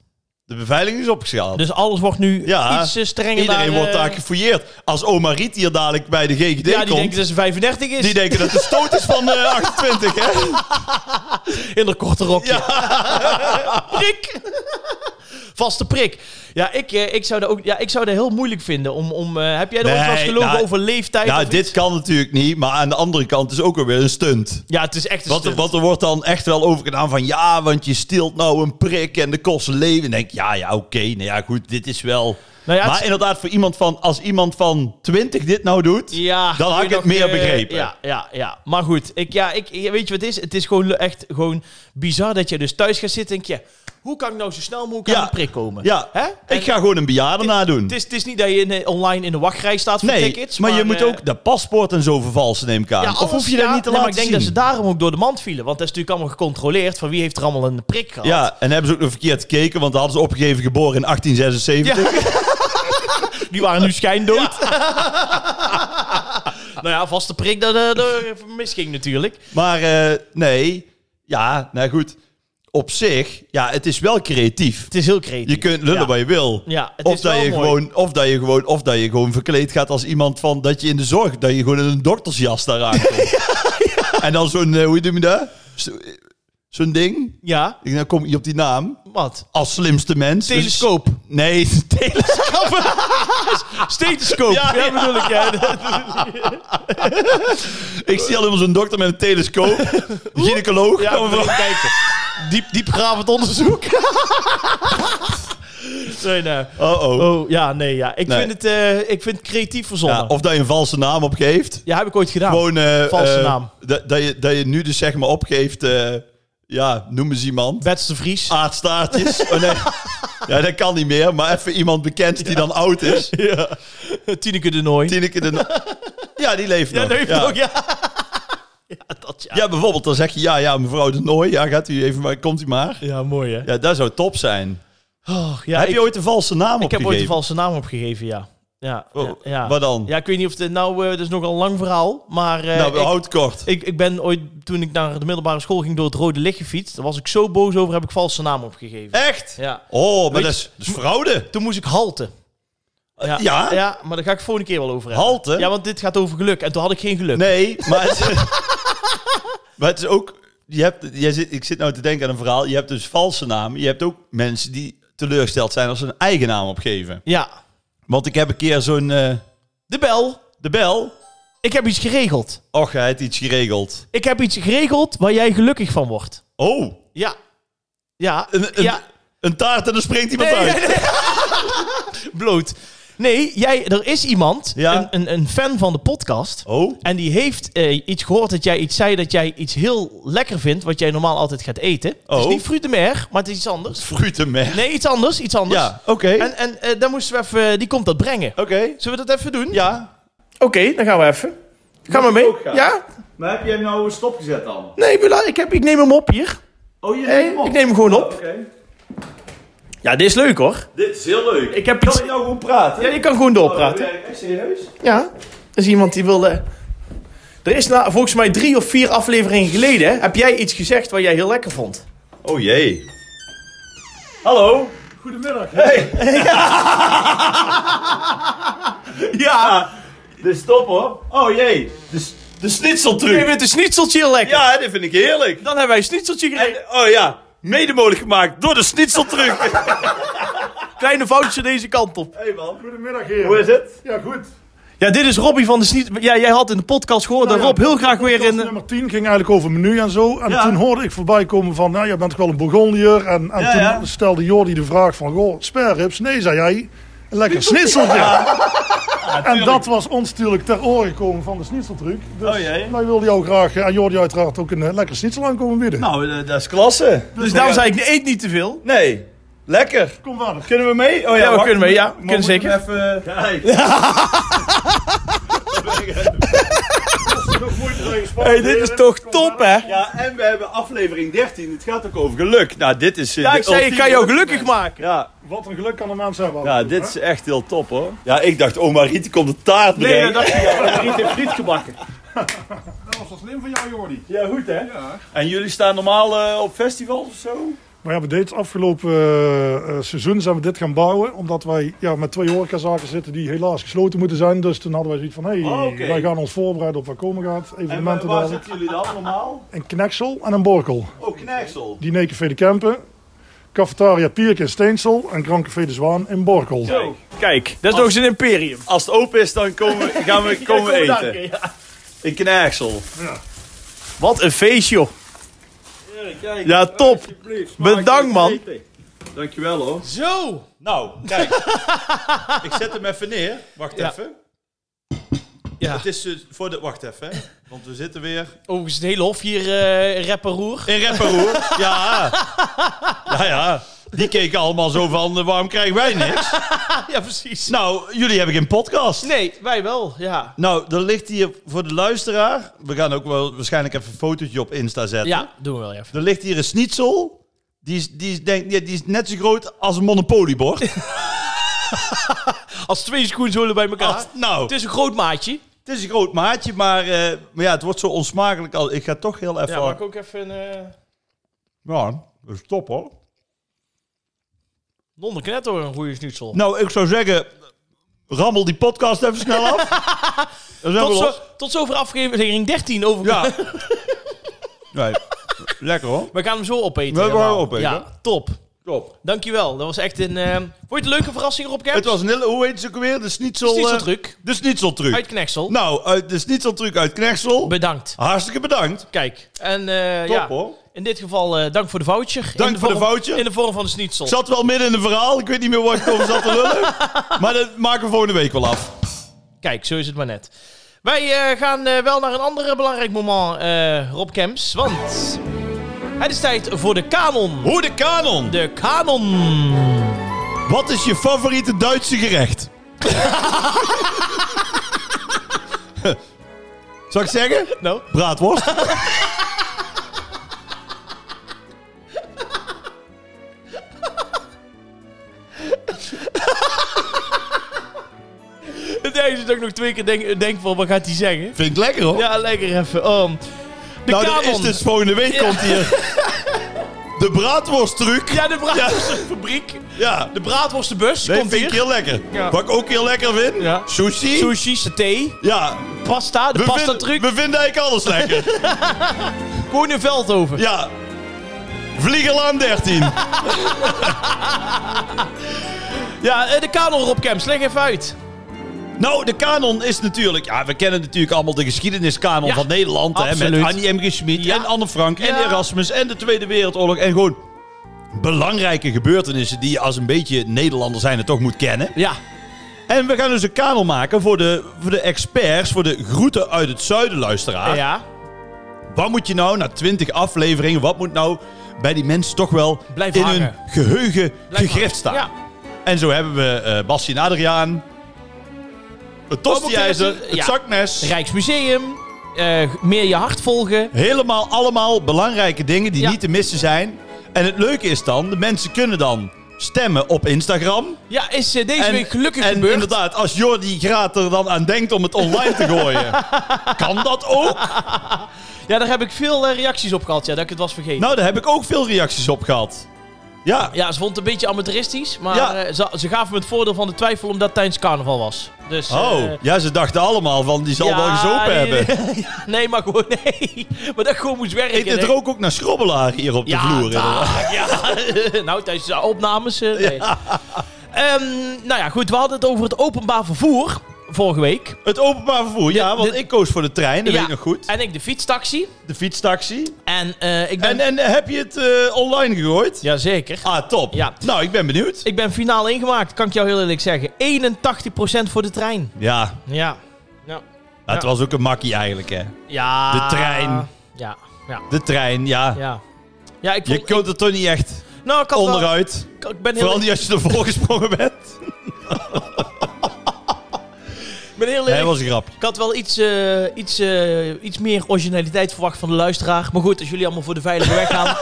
Speaker 2: De beveiliging is opgeschaald.
Speaker 1: Dus alles wordt nu
Speaker 2: Ja,
Speaker 1: iets eh, strenger
Speaker 2: Iedereen
Speaker 1: daar, eh,
Speaker 2: wordt daar gefouilleerd. Als oma Riet hier dadelijk bij de GGD
Speaker 1: Ja, die
Speaker 2: komt...
Speaker 1: denken dat ze 35 is.
Speaker 2: die denken dat de stoot is
Speaker 1: <laughs>
Speaker 2: van eh, 28, hè?
Speaker 1: In een korte rokje.
Speaker 2: Ja.
Speaker 1: <laughs> prik. Vaste prik. Ja, ik, eh, ik, zou dat ook, ja, ik zou dat heel moeilijk vinden. Om, om, eh, heb jij er ooit
Speaker 2: Nee,
Speaker 1: wat gelogen
Speaker 2: nou,
Speaker 1: over leeftijd?
Speaker 2: Nou,
Speaker 1: of
Speaker 2: dit
Speaker 1: iets?
Speaker 2: kan natuurlijk niet, maar aan de andere kant is ook alweer een stunt.
Speaker 1: Ja, het is echt een
Speaker 2: Want,
Speaker 1: stunt.
Speaker 2: er- want er wordt dan echt wel over gedaan van... Ja, want je stilt nou een prik en de kosten leven. En denk ik, ja, ja, oké. nou ja, goed, dit is wel...
Speaker 1: Nou ja, het
Speaker 2: maar
Speaker 1: is-
Speaker 2: inderdaad, voor iemand van, als iemand van 20 dit nou doet...
Speaker 1: Ja,
Speaker 2: dan had
Speaker 1: kun
Speaker 2: ik
Speaker 1: je
Speaker 2: het
Speaker 1: nog,
Speaker 2: meer
Speaker 1: eh,
Speaker 2: begrepen.
Speaker 1: Ja, ja, ja. Maar goed, ik, ja, ik, ja, weet je wat het is? Het is gewoon echt gewoon bizar dat je dus thuis gaat zitten en denk je... Hoe kan ik nou zo snel mogelijk
Speaker 2: Ja.
Speaker 1: aan een prik komen?
Speaker 2: Ja,
Speaker 1: Hè? En
Speaker 2: ik ga gewoon een bejaarde nadoen.
Speaker 1: Het is, het is niet dat je in, eh, online in de wachtrij staat voor
Speaker 2: nee,
Speaker 1: tickets.
Speaker 2: maar, je moet
Speaker 1: eh,
Speaker 2: ook de paspoort en zo vervalsen, neem ik aan.
Speaker 1: Ja,
Speaker 2: of
Speaker 1: alles-
Speaker 2: hoef je
Speaker 1: ja,
Speaker 2: dat niet te
Speaker 1: nee,
Speaker 2: laten
Speaker 1: maar ik
Speaker 2: zien?
Speaker 1: denk dat ze daarom ook door de mand vielen. Want dat is natuurlijk allemaal gecontroleerd. Van wie heeft er allemaal een prik gehad?
Speaker 2: Ja, en hebben ze ook nog verkeerd gekeken, want dan hadden ze opgegeven geboren in 1876.
Speaker 1: <laughs> Die waren nu schijndood. <laughs> nou ja, vaste prik dat er misging natuurlijk.
Speaker 2: Maar eh, nee, ja, nou goed. Op zich, ja, het is wel creatief.
Speaker 1: Het is heel creatief.
Speaker 2: Je kunt lullen
Speaker 1: Ja.
Speaker 2: wat je wil.
Speaker 1: Ja, het
Speaker 2: of,
Speaker 1: is
Speaker 2: dat
Speaker 1: wel
Speaker 2: je
Speaker 1: mooi.
Speaker 2: Gewoon, of, dat je gewoon, of dat je gewoon verkleed gaat als iemand van dat je in de zorg, dat je gewoon in een doktersjas daar
Speaker 1: <laughs>
Speaker 2: aankomt. En dan zo'n, eh, hoe noem je dat? Zo- Zo'n ding.
Speaker 1: Ja,
Speaker 2: Ik nou kom ik niet op die naam.
Speaker 1: wat?
Speaker 2: Als slimste mens. Dus-
Speaker 1: Telescoop.
Speaker 2: nee, <laughs> telescoop.
Speaker 1: Stethoscoop. Ja,
Speaker 2: Ja, ja.
Speaker 1: bedoel ik. <laughs> Ja.
Speaker 2: Ik zie al helemaal zo'n dokter met een
Speaker 1: <laughs>
Speaker 2: telescoop. Gynaecoloog.
Speaker 1: Ja,
Speaker 2: Dan
Speaker 1: we
Speaker 2: van-
Speaker 1: gaan kijken. Diep, diepgravend onderzoek. <laughs> nee, nee.
Speaker 2: Oh, oh.
Speaker 1: Oh, ja, nee, ja. Ik,
Speaker 2: Nee.
Speaker 1: Vind het, eh, ik vind het creatief verzonnen.
Speaker 2: Ja, oh.
Speaker 1: Ja,
Speaker 2: of dat je een valse naam opgeeft.
Speaker 1: heb ik ooit gedaan.
Speaker 2: Gewoon... eh,
Speaker 1: valse
Speaker 2: eh,
Speaker 1: naam.
Speaker 2: Dat, dat, je, dat je nu dus zeg maar opgeeft... eh, ja, noem eens iemand.
Speaker 1: Bets de Vries.
Speaker 2: Ah, Aardstaartjes.
Speaker 1: <laughs>
Speaker 2: Oh, nee. Ja, dat kan niet meer. Maar even iemand bekend die dan oud is.
Speaker 1: Ja. <laughs> Tineke de Nooi.
Speaker 2: Tineke de... Ja, die leeft
Speaker 1: Ja,
Speaker 2: nog.
Speaker 1: dat heeft
Speaker 2: ja.
Speaker 1: ook, ja. ja, dat ja.
Speaker 2: <laughs> Ja, bijvoorbeeld dan zeg je... Ja, ja, mevrouw de Nooi. Ja, gaat u even maar... Komt u maar.
Speaker 1: Ja, mooi hè.
Speaker 2: Ja, dat zou top zijn.
Speaker 1: Oh, ja,
Speaker 2: heb
Speaker 1: ik,
Speaker 2: je ooit een valse naam
Speaker 1: ik heb
Speaker 2: opgegeven?
Speaker 1: ooit een valse naam opgegeven, ja. Ja,
Speaker 2: Oh,
Speaker 1: ja.
Speaker 2: Wat dan?
Speaker 1: Ja, ik weet niet of het nou... eh dat is nogal een lang verhaal, maar... eh,
Speaker 2: nou,
Speaker 1: ik-
Speaker 2: houd kort.
Speaker 1: Ik, ik ben ooit, toen ik naar de middelbare school ging, door het rode licht gefietst. Daar was ik zo boos over, heb ik valse naam opgegeven.
Speaker 2: Echt?
Speaker 1: Ja.
Speaker 2: Oh, maar
Speaker 1: Weet
Speaker 2: dat is, dat is fraude.
Speaker 1: Toen moest ik halten. Ja,
Speaker 2: Eh, Ja?
Speaker 1: maar daar ga ik volgende keer wel over hebben.
Speaker 2: Halten?
Speaker 1: Ja, want dit gaat over geluk. En toen had ik geen geluk.
Speaker 2: Nee, maar het, is- <laughs> maar het is ook... Je hebt, jij zit, ik zit nou te denken aan een verhaal. Je hebt dus valse namen. Je hebt ook mensen die teleurgesteld zijn als ze hun eigen naam opgeven.
Speaker 1: Ja.
Speaker 2: Want ik heb een keer zo'n... eh,
Speaker 1: De bel.
Speaker 2: de bel.
Speaker 1: Ik heb iets geregeld.
Speaker 2: Och, hij heeft iets geregeld.
Speaker 1: Ik heb iets geregeld waar jij gelukkig van wordt.
Speaker 2: Oh,
Speaker 1: Ja. Ja.
Speaker 2: een, een,
Speaker 1: ja.
Speaker 2: een taart en dan springt iemand
Speaker 1: Nee,
Speaker 2: uit.
Speaker 1: nee, nee. <laughs> Bloot. Nee, jij, er is iemand,
Speaker 2: Ja.
Speaker 1: een, een, een fan van de podcast.
Speaker 2: Oh,
Speaker 1: En die heeft eh, iets gehoord dat jij iets zei dat jij iets heel lekker vindt, wat jij normaal altijd gaat eten. Het
Speaker 2: Oh.
Speaker 1: is niet fruit de mer, maar het is iets anders.
Speaker 2: fruitenmerk.
Speaker 1: Nee, iets anders, iets anders.
Speaker 2: Ja, oké.
Speaker 1: En, en eh, dan moesten we even, die komt dat brengen.
Speaker 2: Oké.
Speaker 1: Zullen we dat even doen?
Speaker 2: Ja.
Speaker 1: Oké, dan gaan we even. Ga maar mee. Ja?
Speaker 4: Maar heb jij hem nou stopgezet dan?
Speaker 1: Nee, Bula, ik, heb, ik neem hem op hier.
Speaker 4: Oh, je
Speaker 1: Hey,
Speaker 4: neemt hem op?
Speaker 1: ik neem hem gewoon op.
Speaker 4: Oké.
Speaker 1: Ja, dit is leuk hoor.
Speaker 4: Dit is heel leuk.
Speaker 1: Ik heb
Speaker 4: kan
Speaker 1: iets-
Speaker 4: ik nou gewoon praten?
Speaker 1: Ja, je kan gewoon doorpraten.
Speaker 4: Oh, ben jij serieus?
Speaker 1: Ja, er is iemand die wil. eh, Er is na, volgens mij drie of vier afleveringen geleden. hè, Heb jij iets gezegd wat jij heel lekker vond?
Speaker 2: Oh jee.
Speaker 4: Hallo. Goedemiddag. Hey. <laughs> ja. De stop hoor. Oh jee. De, s- de
Speaker 1: Jij
Speaker 4: snitseltruc.
Speaker 1: vindt een schnitzeltje heel lekker.
Speaker 2: Ja, dit vind ik heerlijk.
Speaker 1: Dan hebben wij een schnitzeltje gereden.
Speaker 2: En, oh ja, mede mogelijk gemaakt door de snitseltruc.
Speaker 1: Kleine foutje deze kant op.
Speaker 4: <laughs> Hey man.
Speaker 5: Goedemiddag, heren.
Speaker 4: Hoe is het?
Speaker 5: Ja, goed.
Speaker 1: Ja, dit is Robbie van de Sniet. Ja, jij had in de podcast gehoord dat
Speaker 5: ja,
Speaker 1: Rob heel graag weer in.
Speaker 5: Nummer 10 ging eigenlijk over menu en zo. En
Speaker 4: Ja.
Speaker 5: toen hoorde ik voorbij komen van, nou, je bent toch wel een Bourgondier. En, en
Speaker 4: Ja,
Speaker 5: toen
Speaker 4: ja.
Speaker 5: stelde Jordi de vraag van, goh, sperrips? Nee, zei jij. Een lekker snitseltje. <laughs> en dat was ons natuurlijk ter oren gekomen van de snitseltruc. Dus
Speaker 4: Oh, jee.
Speaker 5: wij wilden jou graag, eh, en Jordi uiteraard, ook een eh, lekker snitsel aankomen bieden.
Speaker 2: nou, eh, dat is klasse.
Speaker 4: nou
Speaker 1: Dus daarom zei ik: nee, eet niet te veel.
Speaker 2: Nee, lekker.
Speaker 5: Kom verder.
Speaker 2: Kunnen we mee? Oh ja,
Speaker 1: we
Speaker 2: wacht,
Speaker 1: kunnen mee, ja,
Speaker 2: maar
Speaker 1: we kunnen
Speaker 2: moeten
Speaker 1: zeker.
Speaker 2: we Even...
Speaker 4: Kijk.
Speaker 1: Hey, dit is toch top, hè?
Speaker 2: Ja, en we hebben aflevering 13. Het gaat ook over geluk. Nou, dit is... eh,
Speaker 1: Ja,
Speaker 2: de
Speaker 1: ik zei: ik
Speaker 2: ultieme-
Speaker 1: kan jou gelukkig maken.
Speaker 2: Ja,
Speaker 5: Wat een geluk kan een mens hebben.
Speaker 2: ja, dit is echt heel top hoor. Ja, ik dacht, oma Riet komt de taart brengen.
Speaker 4: Nee, dat dacht ik al. Riet heeft friet gebakken.
Speaker 5: Dat was wel slim van jou, Jordi.
Speaker 2: Ja, goed hè? En jullie staan normaal eh, op festivals of zo?
Speaker 5: We hebben dit afgelopen eh, eh, seizoen zijn we dit gaan bouwen. Omdat wij ja, met twee horecazaken zitten die helaas gesloten moeten zijn. Dus toen hadden wij zoiets van, hé, hey,
Speaker 2: Oh, oké.
Speaker 5: wij gaan ons voorbereiden op wat komen gaat.
Speaker 2: En waar,
Speaker 5: Evenementen
Speaker 2: waar
Speaker 5: daar.
Speaker 2: zitten jullie dan normaal?
Speaker 5: Een kneksel en een borkel.
Speaker 2: Oh, Knijksel.
Speaker 5: Dinercafé de Kempen. Cafetaria Pierik in Steensel. En Grand Café de Zwaan in Borkel.
Speaker 2: Zo.
Speaker 1: Kijk, dat is nog eens een imperium.
Speaker 2: Als het open is, dan komen we, gaan we, komen we
Speaker 1: Ja, kom
Speaker 2: eten.
Speaker 1: danken, ja.
Speaker 2: In Knijksel.
Speaker 1: Wat een feestje, joh.
Speaker 4: Kijk.
Speaker 1: Ja, top.
Speaker 4: Alsjeblieft, smaak
Speaker 1: Bedankt, man.
Speaker 4: het eten. Dankjewel hoor.
Speaker 1: Zo.
Speaker 2: Nou, kijk. ik zet hem even neer. Wacht
Speaker 1: Ja.
Speaker 2: even.
Speaker 1: Ja.
Speaker 2: Het is eh, voor de... Wacht even. hè. Want we zitten weer...
Speaker 1: Overigens, het hele hof hier eh rapper roer.
Speaker 2: In Repperoer. ja. Ja, ja. Die keken allemaal zo van, eh, waarom krijgen wij niks?
Speaker 1: Ja, precies.
Speaker 2: Nou, jullie hebben geen podcast.
Speaker 1: Nee, wij wel, ja.
Speaker 2: Nou, er ligt hier voor de luisteraar... We gaan ook wel waarschijnlijk even een fotootje op Insta zetten.
Speaker 1: Ja, doen we wel even.
Speaker 2: Er ligt hier een schnitzel. Die is, die is, denk, ja, die is net zo groot als een monopoliebord.
Speaker 1: Als twee schoenzolen bij elkaar.
Speaker 2: Als- nou,
Speaker 1: Het is een groot maatje.
Speaker 2: het is een groot maatje, maar, eh, maar ja, het wordt zo onsmakelijk. Al, ik ga toch heel even... eh,
Speaker 1: Ja, maak ook even een uh,
Speaker 2: Ja, dat is top hoor.
Speaker 1: hoor, een goede schnitzel.
Speaker 2: Nou, ik zou zeggen, rammel die podcast even snel af.
Speaker 1: <laughs>
Speaker 2: Dan zijn
Speaker 1: tot,
Speaker 2: we
Speaker 1: zo,
Speaker 2: los.
Speaker 1: tot zover aflevering 13 over...
Speaker 2: Ja. Nee, lekker hoor.
Speaker 1: We gaan hem zo opeten.
Speaker 2: We gaan
Speaker 1: helemaal.
Speaker 2: hem opeten.
Speaker 1: Ja, top.
Speaker 2: Top.
Speaker 1: Dankjewel. Dat was echt een... eh, Vond je het een leuke verrassing, Rob Kemps?
Speaker 2: Het was een hele, hoe heet ze ook weer? De schnitzel... eh,
Speaker 1: schnitzeltruc
Speaker 2: De schnitzeltruc.
Speaker 1: uit Kneksel.
Speaker 2: Nou, uit de schnitzeltruc uit Knechtsel.
Speaker 1: Bedankt.
Speaker 2: Hartstikke bedankt.
Speaker 1: Kijk. En eh,
Speaker 2: Top
Speaker 1: ja,
Speaker 2: hoor.
Speaker 1: in dit geval eh, dank voor de voucher. In
Speaker 2: Dank voor de
Speaker 1: vorm-
Speaker 2: voucher.
Speaker 1: In de vorm van de schnitzel.
Speaker 2: Ik zat wel midden in een verhaal. Ik weet niet meer waar ik over zat te
Speaker 1: <laughs>
Speaker 2: lullen. Maar dat maken we volgende week wel af.
Speaker 1: Kijk, zo is het maar net. Wij eh, gaan eh, wel naar een ander belangrijk moment, eh, Rob Kemps. Want het is tijd voor de kanon.
Speaker 2: Hoe de kanon.
Speaker 1: De kanon.
Speaker 2: Wat is je favoriete Duitse gerecht? Zal ik zeggen?
Speaker 1: Nou, <laughs>
Speaker 2: Braadworst.
Speaker 1: Deze dat ik nog twee keer denk, denk van, wat gaat hij zeggen?
Speaker 2: Vind ik lekker hoor.
Speaker 1: Ja, lekker even. Oh. De
Speaker 2: nou, dat
Speaker 1: kanon.
Speaker 2: is dus volgende week komt hier. De braadworstruc.
Speaker 1: Ja, <laughs> de braadworstenfabriek.
Speaker 2: Ja.
Speaker 1: De braadworstenbus
Speaker 2: Nee,
Speaker 1: komt
Speaker 2: vind ik
Speaker 1: hier.
Speaker 2: heel lekker.
Speaker 1: Ja.
Speaker 2: Wat ik ook heel lekker vind.
Speaker 1: Ja.
Speaker 2: Sushi.
Speaker 1: Sushi, saté,
Speaker 2: Ja.
Speaker 1: pasta, de
Speaker 2: We,
Speaker 1: pasta
Speaker 2: vinden-
Speaker 1: truc.
Speaker 2: we vinden eigenlijk alles lekker.
Speaker 1: <laughs> Gewoon in Veldhoven.
Speaker 2: ja. Vliegelaan 13.
Speaker 1: Ja, eh, de kanon Rob Kemps, leg even uit.
Speaker 2: Nou, de kanon is natuurlijk... Ja, we kennen natuurlijk allemaal de geschiedeniskanon
Speaker 1: Ja,
Speaker 2: van Nederland. Hè, met
Speaker 1: absoluut.
Speaker 2: Annie M. G. Schmid
Speaker 1: Ja.
Speaker 2: en Anne Frank en
Speaker 1: Ja.
Speaker 2: Erasmus en de Tweede Wereldoorlog. En gewoon belangrijke gebeurtenissen die je als een beetje Nederlander zijn toch moet kennen.
Speaker 1: Ja,
Speaker 2: En we gaan dus een kanon maken voor de, voor de experts, voor de groeten uit het zuiden luisteraar.
Speaker 1: ja.
Speaker 2: Wat moet je nou na 20 afleveringen, wat moet nou bij die mensen toch wel
Speaker 1: Blijven
Speaker 2: in
Speaker 1: hangen.
Speaker 2: hun geheugen gegrift staan?
Speaker 1: Ja.
Speaker 2: En zo hebben we eh Bastien Adriaan, het tostijzer,
Speaker 1: Bobbelketsen,
Speaker 2: het
Speaker 1: ja.
Speaker 2: zakmes.
Speaker 1: Rijksmuseum, eh, meer je hart volgen.
Speaker 2: Helemaal allemaal belangrijke dingen die
Speaker 1: Ja.
Speaker 2: niet te missen zijn. En het leuke is dan, de mensen kunnen dan stemmen op Instagram.
Speaker 1: Ja, is eh, deze
Speaker 2: En-
Speaker 1: week gelukkig
Speaker 2: en
Speaker 1: gebeurd.
Speaker 2: inderdaad, als Jordi Graat er dan aan denkt om het online te
Speaker 1: <laughs>
Speaker 2: gooien, kan dat ook?
Speaker 1: Ja, daar heb ik veel eh, reacties op gehad, ja, dat ik het was vergeten.
Speaker 2: Nou, daar heb ik ook veel reacties op gehad. Ja,
Speaker 1: Ja, ze vond het een beetje amateuristisch, maar
Speaker 2: Ja.
Speaker 1: eh, ze, ze gaven me het voordeel van de twijfel omdat het tijdens carnaval was. Dus,
Speaker 2: oh,
Speaker 1: eh,
Speaker 2: ja, ze dachten allemaal van die zal
Speaker 1: ja,
Speaker 2: wel gezopen
Speaker 1: nee,
Speaker 2: hebben.
Speaker 1: Nee, nee, maar gewoon <laughs> nee. Maar dat <laughs> ik gewoon moest werken.
Speaker 2: Ik het
Speaker 1: nee.
Speaker 2: rook ook naar schrobbelaar hier op de
Speaker 1: ja,
Speaker 2: vloer.
Speaker 1: taak, <laughs> ja. nou, tijdens de opnames. eh, nee. Ehm, nou ja, goed, we hadden het over het openbaar vervoer vorige week.
Speaker 2: Het openbaar vervoer, ja, want
Speaker 1: de-
Speaker 2: ik koos voor de trein, dat
Speaker 1: Ja.
Speaker 2: weet ik nog goed.
Speaker 1: En ik de fietstaxi.
Speaker 2: De fietstaxi.
Speaker 1: En eh, ik ben...
Speaker 2: En, en heb je het eh, online gegooid?
Speaker 1: Jazeker.
Speaker 2: Ah, top.
Speaker 1: Ja.
Speaker 2: Nou, ik ben benieuwd.
Speaker 1: Ik ben finaal ingemaakt, kan ik jou heel eerlijk zeggen. 81% voor de trein.
Speaker 2: Ja,
Speaker 1: Ja. Ja.
Speaker 2: nou, het was ook een makkie eigenlijk, hè.
Speaker 1: ja.
Speaker 2: De trein.
Speaker 1: Ja. Ja.
Speaker 2: De trein, ja.
Speaker 1: Ja. Ja, ik
Speaker 2: Je
Speaker 1: vond...
Speaker 2: kunt er toch niet echt
Speaker 1: nou, ik had wel-
Speaker 2: onderuit.
Speaker 1: ik- ik ben heel,
Speaker 2: Vooral niet als je ervoor gesprongen bent.
Speaker 1: ik ben heel
Speaker 2: Hij
Speaker 1: eerlijk.
Speaker 2: was een grap.
Speaker 1: Ik had wel iets, eh, iets, eh, iets meer originaliteit verwacht van de luisteraar. Maar goed, als jullie allemaal voor de veilige weg gaan...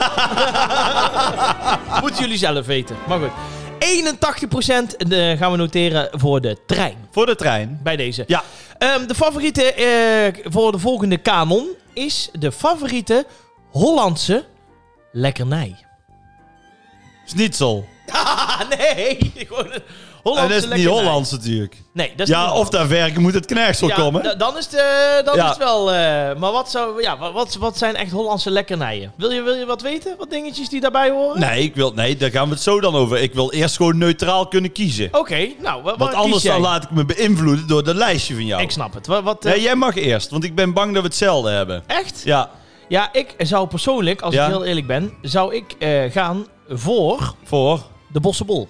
Speaker 1: <laughs> moeten jullie zelf weten. Maar goed. 81% de- gaan we noteren voor de trein.
Speaker 2: Voor de trein.
Speaker 1: Bij deze.
Speaker 2: Ja.
Speaker 1: Ehm, de favoriete eh, voor de volgende kanon is de favoriete Hollandse lekkernij.
Speaker 2: Snitsel.
Speaker 1: Ah, nee. <laughs> Gewoon een Hollandse
Speaker 2: En dat is niet
Speaker 1: lekkernij.
Speaker 2: Hollands natuurlijk.
Speaker 1: Nee, dat is niet
Speaker 2: Ja,
Speaker 1: Hollands.
Speaker 2: of daar werken moet het knechtsel
Speaker 1: Ja,
Speaker 2: komen.
Speaker 1: da- dan is het, eh, dan
Speaker 2: Ja.
Speaker 1: is het wel. eh, maar wat, zou, ja, wa- wat, wat zijn echt Hollandse lekkernijen? Wil je, wil je wat weten? Wat dingetjes die daarbij horen?
Speaker 2: Nee, ik wil, nee, daar gaan we het zo dan over. Ik wil eerst gewoon neutraal kunnen kiezen.
Speaker 1: Oké, nou, wat,
Speaker 2: Want anders dan laat ik me beïnvloeden door dat lijstje van jou.
Speaker 1: Ik snap het. Wat, wat, eh,
Speaker 2: Nee, jij mag eerst, want ik ben bang dat we hetzelfde hebben.
Speaker 1: Echt? Ja.
Speaker 2: Ja,
Speaker 1: ik zou persoonlijk, als
Speaker 2: Ja.
Speaker 1: ik heel eerlijk ben, zou ik eh, gaan voor
Speaker 2: voor
Speaker 1: de Bossenbol.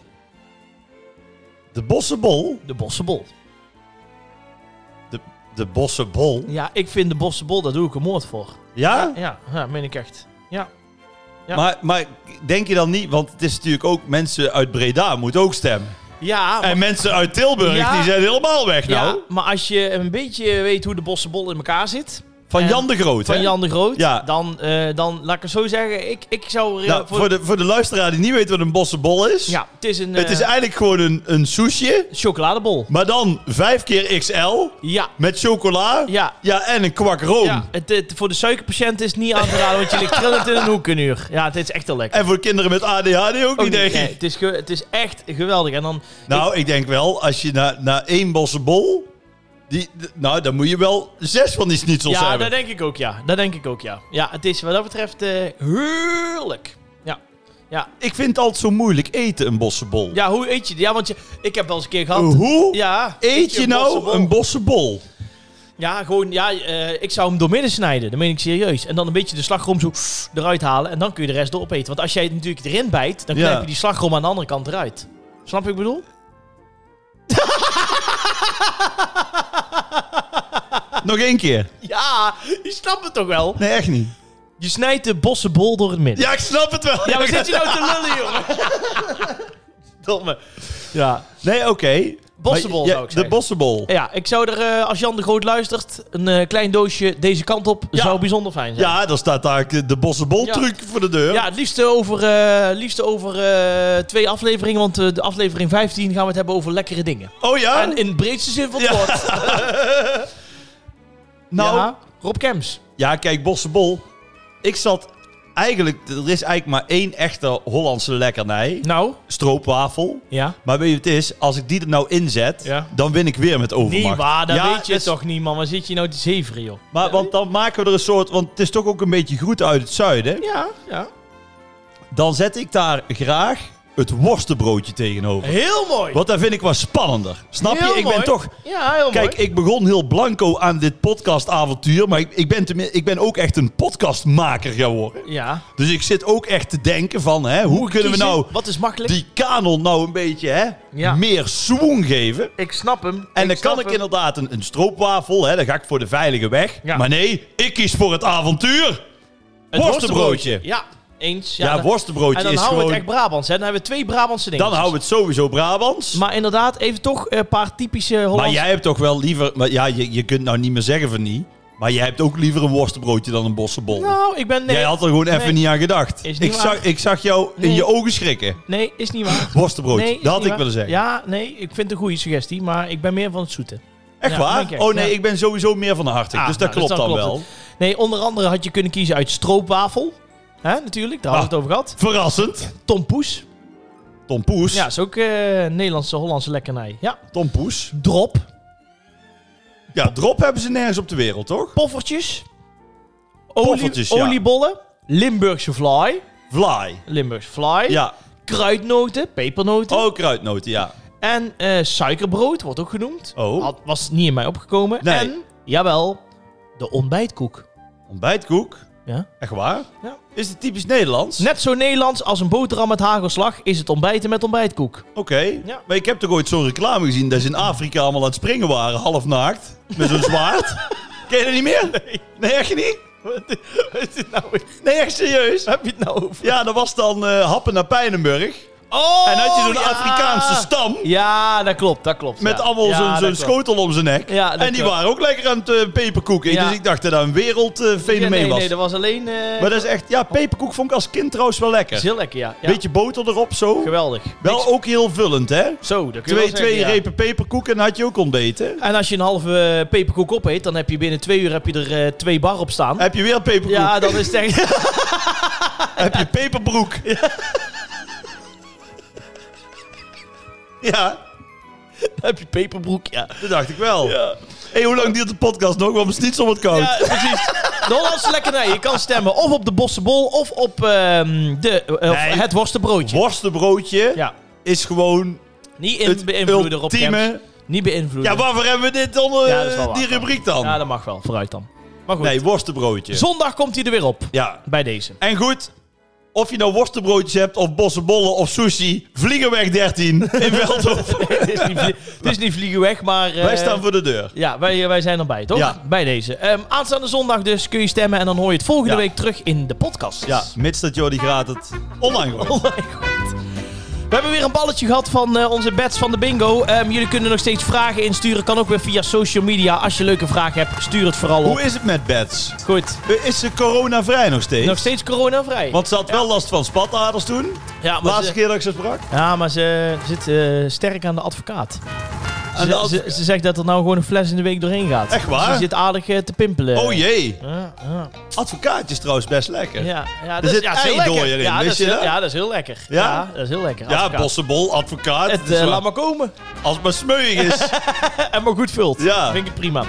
Speaker 2: de bossenbol.
Speaker 1: De Bossenbol.
Speaker 2: De, de bossenbol.
Speaker 1: Ja, ik vind de Bossenbol, daar doe ik een moord voor.
Speaker 2: Ja?
Speaker 1: Ja, ja meen ik echt. Ja. Ja.
Speaker 2: Maar, maar denk je dan niet, want het is natuurlijk ook mensen uit Breda moeten ook stemmen.
Speaker 1: Ja, maar,
Speaker 2: En mensen uit Tilburg,
Speaker 1: Ja.
Speaker 2: die zijn helemaal weg nou.
Speaker 1: ja, maar als je een beetje weet hoe de Bossenbol in elkaar zit,
Speaker 2: Van
Speaker 1: En-
Speaker 2: Jan de Groot,
Speaker 1: van
Speaker 2: hè?
Speaker 1: Jan de Groot,
Speaker 2: Ja.
Speaker 1: dan, eh, dan laat ik het zo zeggen, ik, ik zou... er, eh,
Speaker 2: Nou, voor... de, voor de luisteraar die niet weet wat een bossenbol is.
Speaker 1: Ja, het is een
Speaker 2: Het is
Speaker 1: eh,
Speaker 2: eigenlijk gewoon een, een sushi,
Speaker 1: chocoladebol.
Speaker 2: maar dan 5 keer XL
Speaker 1: Ja.
Speaker 2: met chocola.
Speaker 1: Ja.
Speaker 2: Ja, en een kwak room.
Speaker 1: Ja, het, het- voor de suikerpatiënt is het niet aan te raden, want je ligt trillend in een hoek een uur. Ja, het is echt heel lekker.
Speaker 2: En voor kinderen met ADHD ook, niet, denk ik.
Speaker 1: Nee, het, is ge- het is echt geweldig. En dan,
Speaker 2: Nou, ik denk wel, als je na, na één bossenbol... Die, d- nou, dan moet je wel zes van die schnitzels
Speaker 1: ja,
Speaker 2: hebben.
Speaker 1: dat denk ik ook, ja. Dat denk ik ook, ja. Ja, het is wat dat betreft eh, heerlijk. Ja. Ja.
Speaker 2: Ik vind het altijd zo moeilijk eten, een bossenbol.
Speaker 1: ja, hoe eet je die? Ja, want je, ik heb wel eens een keer gehad...
Speaker 2: Hoe
Speaker 1: Ja,
Speaker 2: eet je
Speaker 1: een
Speaker 2: nou
Speaker 1: bossenbol?
Speaker 2: een
Speaker 1: <laughs>
Speaker 2: bossenbol?
Speaker 1: Ja, gewoon, ja, eh, ik zou hem doormidden snijden. Dat meen ik serieus. En dan een beetje de slagroom zo eruit halen. En dan kun je de rest erop eten. Want als jij het natuurlijk erin bijt, dan
Speaker 2: Ja.
Speaker 1: knijp je die slagroom aan de andere kant eruit. Snap je wat ik bedoel?
Speaker 2: Nog één keer.
Speaker 1: Ja, je snapt het toch wel?
Speaker 2: Nee, echt niet.
Speaker 1: Je snijdt de bossenbol door het midden.
Speaker 2: Ja, ik snap het wel.
Speaker 1: Ja, maar zit je nou te lullen, jongen? Domme. Ja.
Speaker 2: Nee, oké.
Speaker 1: Bossebol
Speaker 2: Ja,
Speaker 1: zou ik
Speaker 2: De
Speaker 1: zeggen.
Speaker 2: Bossebol.
Speaker 1: ja, ik zou er, eh, als Jan de Groot luistert, een eh, klein doosje deze kant op
Speaker 2: Ja.
Speaker 1: zou bijzonder fijn zijn.
Speaker 2: Ja, daar staat eigenlijk de Bossebol truc voor de deur.
Speaker 1: Ja, het liefst over, eh, liefst over eh, twee afleveringen, want eh, de aflevering 15 gaan we het hebben over lekkere dingen.
Speaker 2: Oh ja?
Speaker 1: En in de breedste zin van het
Speaker 2: Ja.
Speaker 1: woord.
Speaker 2: <laughs> nou, ja.
Speaker 1: Ja, Rob Kems.
Speaker 2: kijk, Bossebol. Ik zat eigenlijk... Er is eigenlijk maar één echte Hollandse lekkernij.
Speaker 1: Nou,
Speaker 2: Stroopwafel.
Speaker 1: ja.
Speaker 2: Maar weet je wat het is? Als ik die er nou inzet,
Speaker 1: Ja.
Speaker 2: dan win ik weer met overmacht.
Speaker 1: Niet waar, dat
Speaker 2: Ja,
Speaker 1: weet je
Speaker 2: dat is-
Speaker 1: toch niet, man. Waar zit je nou te zeveren, joh?
Speaker 2: Maar want dan maken we er een soort... Want het is toch ook een beetje groet uit het zuiden.
Speaker 1: Ja, ja.
Speaker 2: Dan zet ik daar graag het worstenbroodje tegenover.
Speaker 1: Heel mooi.
Speaker 2: Want dat vind ik wel spannender. Snap
Speaker 1: Heel
Speaker 2: je? Ik
Speaker 1: mooi.
Speaker 2: ben toch...
Speaker 1: Ja, heel
Speaker 2: Kijk,
Speaker 1: mooi.
Speaker 2: ik begon heel blanco aan dit podcastavontuur. Maar ik, ik, ben tenmin- ik ben ook echt een podcastmaker geworden.
Speaker 1: Ja.
Speaker 2: Dus ik zit ook echt te denken van... Hè, hoe kunnen we
Speaker 1: Kiezen,
Speaker 2: nou
Speaker 1: Wat is makkelijk?
Speaker 2: die kanon nou een beetje hè,
Speaker 1: Ja.
Speaker 2: meer swoon geven?
Speaker 1: Ik snap hem.
Speaker 2: En dan
Speaker 1: snap
Speaker 2: kan ik
Speaker 1: hem.
Speaker 2: inderdaad een, een stroopwafel, hè, dan ga ik voor de veilige weg.
Speaker 1: Ja.
Speaker 2: Maar nee, ik kies voor het avontuur.
Speaker 1: Het
Speaker 2: worstenbroodje.
Speaker 1: Ja, eens.
Speaker 2: Ja,
Speaker 1: dan-
Speaker 2: worstenbroodje
Speaker 1: En dan
Speaker 2: is
Speaker 1: houden we
Speaker 2: gewoon...
Speaker 1: het echt Brabants, hè. Dan hebben we twee Brabantse dingen.
Speaker 2: dan houden we het sowieso Brabants. Maar,
Speaker 1: Maar inderdaad, even toch een paar typische Hollandse...
Speaker 2: jij hebt toch wel liever... Maar ja, je, je kunt nou niet meer zeggen van niet. Maar jij hebt ook liever een worstenbroodje dan een bossenbol.
Speaker 1: Nou, ik ben... Nee,
Speaker 2: jij had er gewoon even
Speaker 1: Nee.
Speaker 2: niet aan gedacht.
Speaker 1: Is niet
Speaker 2: ik,
Speaker 1: waar.
Speaker 2: zag, ik zag jou in
Speaker 1: Nee.
Speaker 2: je ogen schrikken.
Speaker 1: nee is niet waar.
Speaker 2: Worstenbroodje,
Speaker 1: Nee, is
Speaker 2: dat had
Speaker 1: niet
Speaker 2: ik
Speaker 1: waar.
Speaker 2: willen zeggen.
Speaker 1: Ja, nee, ik vind het een goede suggestie, maar ik ben meer van het zoete.
Speaker 2: Echt
Speaker 1: Ja,
Speaker 2: waar?
Speaker 1: denk ik,
Speaker 2: oh nee,
Speaker 1: ja.
Speaker 2: ik ben sowieso meer van de hartig.
Speaker 1: Ah,
Speaker 2: dus dat
Speaker 1: nou, dus
Speaker 2: klopt
Speaker 1: dan
Speaker 2: dan,
Speaker 1: klopt
Speaker 2: wel.
Speaker 1: Nee, onder andere had je kunnen kiezen uit stroopwafel. Hè, natuurlijk, daar
Speaker 2: Ah.
Speaker 1: hadden we het over gehad.
Speaker 2: Verrassend.
Speaker 1: Tompoes.
Speaker 2: Tom Poes.
Speaker 1: Ja, is ook eh, Nederlandse, Hollandse lekkernij. Ja.
Speaker 2: Tom Poes.
Speaker 1: Drop.
Speaker 2: Ja, drop hebben ze nergens op de wereld, toch?
Speaker 1: Poffertjes. Olie,
Speaker 2: Poffertjes, ja.
Speaker 1: Oliebollen. Limburgse fly.
Speaker 2: Vlaai.
Speaker 1: Limburgse fly.
Speaker 2: Ja.
Speaker 1: Kruidnoten, pepernoten.
Speaker 2: Oh, kruidnoten, ja.
Speaker 1: En eh, suikerbrood wordt ook genoemd.
Speaker 2: Oh.
Speaker 1: Had- was niet in mij opgekomen.
Speaker 2: Nee.
Speaker 1: En, jawel, de ontbijtkoek.
Speaker 2: Ontbijtkoek.
Speaker 1: Ja.
Speaker 2: Echt waar?
Speaker 1: Ja.
Speaker 2: Is het typisch Nederlands?
Speaker 1: Net zo Nederlands als een boterham met hagelslag is het ontbijten met ontbijtkoek.
Speaker 2: Oké.
Speaker 1: Ja.
Speaker 2: Maar ik heb toch ooit zo'n reclame gezien dat ze in Afrika allemaal aan het springen waren, half naakt. Met zo'n
Speaker 1: <laughs>
Speaker 2: zwaard. Ken je dat niet meer? Nee. echt niet? Nee, echt serieus.
Speaker 1: nou Heb je het nou over?
Speaker 2: Ja, dat was dan eh, Happen naar Pijnenburg.
Speaker 1: Oh,
Speaker 2: En had je zo'n
Speaker 1: ja.
Speaker 2: Afrikaanse stam.
Speaker 1: Ja, dat klopt, dat klopt.
Speaker 2: Met
Speaker 1: ja.
Speaker 2: allemaal
Speaker 1: Ja,
Speaker 2: zo'n
Speaker 1: dat
Speaker 2: zo'n
Speaker 1: klopt.
Speaker 2: schotel om zijn nek.
Speaker 1: Ja, dat
Speaker 2: en die
Speaker 1: klopt.
Speaker 2: waren ook lekker aan het eh, peperkoeken.
Speaker 1: Ja.
Speaker 2: Dus ik dacht dat dat een wereldfenomeen
Speaker 1: Ja, nee,
Speaker 2: eh, was.
Speaker 1: nee, dat was alleen... eh,
Speaker 2: Maar dat is echt... Ja, peperkoek vond ik als kind trouwens wel lekker.
Speaker 1: is heel lekker, ja. ja.
Speaker 2: Beetje boter erop zo.
Speaker 1: Geweldig.
Speaker 2: Wel ook heel vullend, hè?
Speaker 1: Zo, dat kun je
Speaker 2: Twee,
Speaker 1: wel zeggen,
Speaker 2: twee
Speaker 1: ja.
Speaker 2: repen peperkoeken en had je ook ontbeten.
Speaker 1: En als je een halve eh, peperkoek opeet, dan heb je binnen twee uur heb je er eh, twee bar op staan.
Speaker 2: Heb je weer peperkoek?
Speaker 1: Ja, dan is het echt...
Speaker 2: <laughs>
Speaker 1: <laughs>
Speaker 2: Heb je peperbroek? Ja.
Speaker 1: heb je peperbroek, ja.
Speaker 2: dat dacht ik wel. hey, hoe lang duurt de podcast nog? Want het is niet zo wat koud. <laughs>
Speaker 1: Ja, precies. <laughs> De Hollandse lekkernij. Je kan stemmen of op de bossenbol of op ehm, de, eh, of
Speaker 2: Nee.
Speaker 1: het worstenbroodje.
Speaker 2: Worstenbroodje
Speaker 1: ja.
Speaker 2: is gewoon
Speaker 1: Niet
Speaker 2: het
Speaker 1: in, beïnvloeden, Rob Kemps.
Speaker 2: ultieme...
Speaker 1: Niet beïnvloeden.
Speaker 2: Ja, waarvoor hebben we dit onder
Speaker 1: Ja, dat is wel waar.
Speaker 2: die rubriek dan?
Speaker 1: Ja, dat mag wel. Vooruit dan. Maar goed.
Speaker 2: nee, worstenbroodje.
Speaker 1: Zondag komt hij er weer op.
Speaker 2: ja.
Speaker 1: Bij
Speaker 2: <laughs>
Speaker 1: deze.
Speaker 2: En goed, of je nou worstenbroodjes hebt of bossenbollen of sushi, Vliegenweg 13 <laughs> in Veldhoven.
Speaker 1: het, is niet, vlie- het is niet vliegen weg, maar... eh,
Speaker 2: Wij staan voor de deur.
Speaker 1: Ja, wij, wij zijn erbij, toch?
Speaker 2: Ja.
Speaker 1: Bij deze. Ehm, aanstaande zondag dus kun je stemmen en dan hoor je het volgende
Speaker 2: Ja.
Speaker 1: week terug in de podcast. <laughs>
Speaker 2: Ja, mits dat Jordi Graat het online wordt.
Speaker 1: Oh mijn god. We hebben weer een balletje gehad van eh, onze bets van de bingo. Ehm, jullie kunnen nog steeds vragen insturen. Kan ook weer via social media. Als je leuke vragen hebt, stuur het vooral op.
Speaker 2: Hoe is het met Bets?
Speaker 1: Goed.
Speaker 2: Is ze coronavrij nog steeds?
Speaker 1: Nog steeds coronavrij.
Speaker 2: Want ze had wel last van spataders toen.
Speaker 1: Ja, eh, maar
Speaker 2: Laatste
Speaker 1: ze,
Speaker 2: keer dat ik ze sprak.
Speaker 1: ja, maar ze zit eh, sterk aan de advocaat. Ze,
Speaker 2: de adv-
Speaker 1: ze, ze zegt dat er nou gewoon een fles in de week doorheen gaat.
Speaker 2: Echt waar?
Speaker 1: Ze zit aardig eh, te pimpelen.
Speaker 2: Oh jee.
Speaker 1: Ja, ja.
Speaker 2: Advocaatje is trouwens best lekker. Ja,
Speaker 1: Ja, ja, dat is,
Speaker 2: zit
Speaker 1: ja, dat is heel
Speaker 2: ei door
Speaker 1: lekker.
Speaker 2: je erin,
Speaker 1: ja,
Speaker 2: wist
Speaker 1: dat is,
Speaker 2: je
Speaker 1: heel-
Speaker 2: dat?
Speaker 1: Ja, dat is heel lekker.
Speaker 2: Ja?
Speaker 1: dat is heel lekker. Advocaat.
Speaker 2: bossenbol, advocaat.
Speaker 1: Het,
Speaker 2: dat is
Speaker 1: eh,
Speaker 2: waar.
Speaker 1: laat maar komen. <laughs>
Speaker 2: Als het maar smeuïg is.
Speaker 1: en maar goed vult.
Speaker 2: Ja.
Speaker 1: Vind ik prima.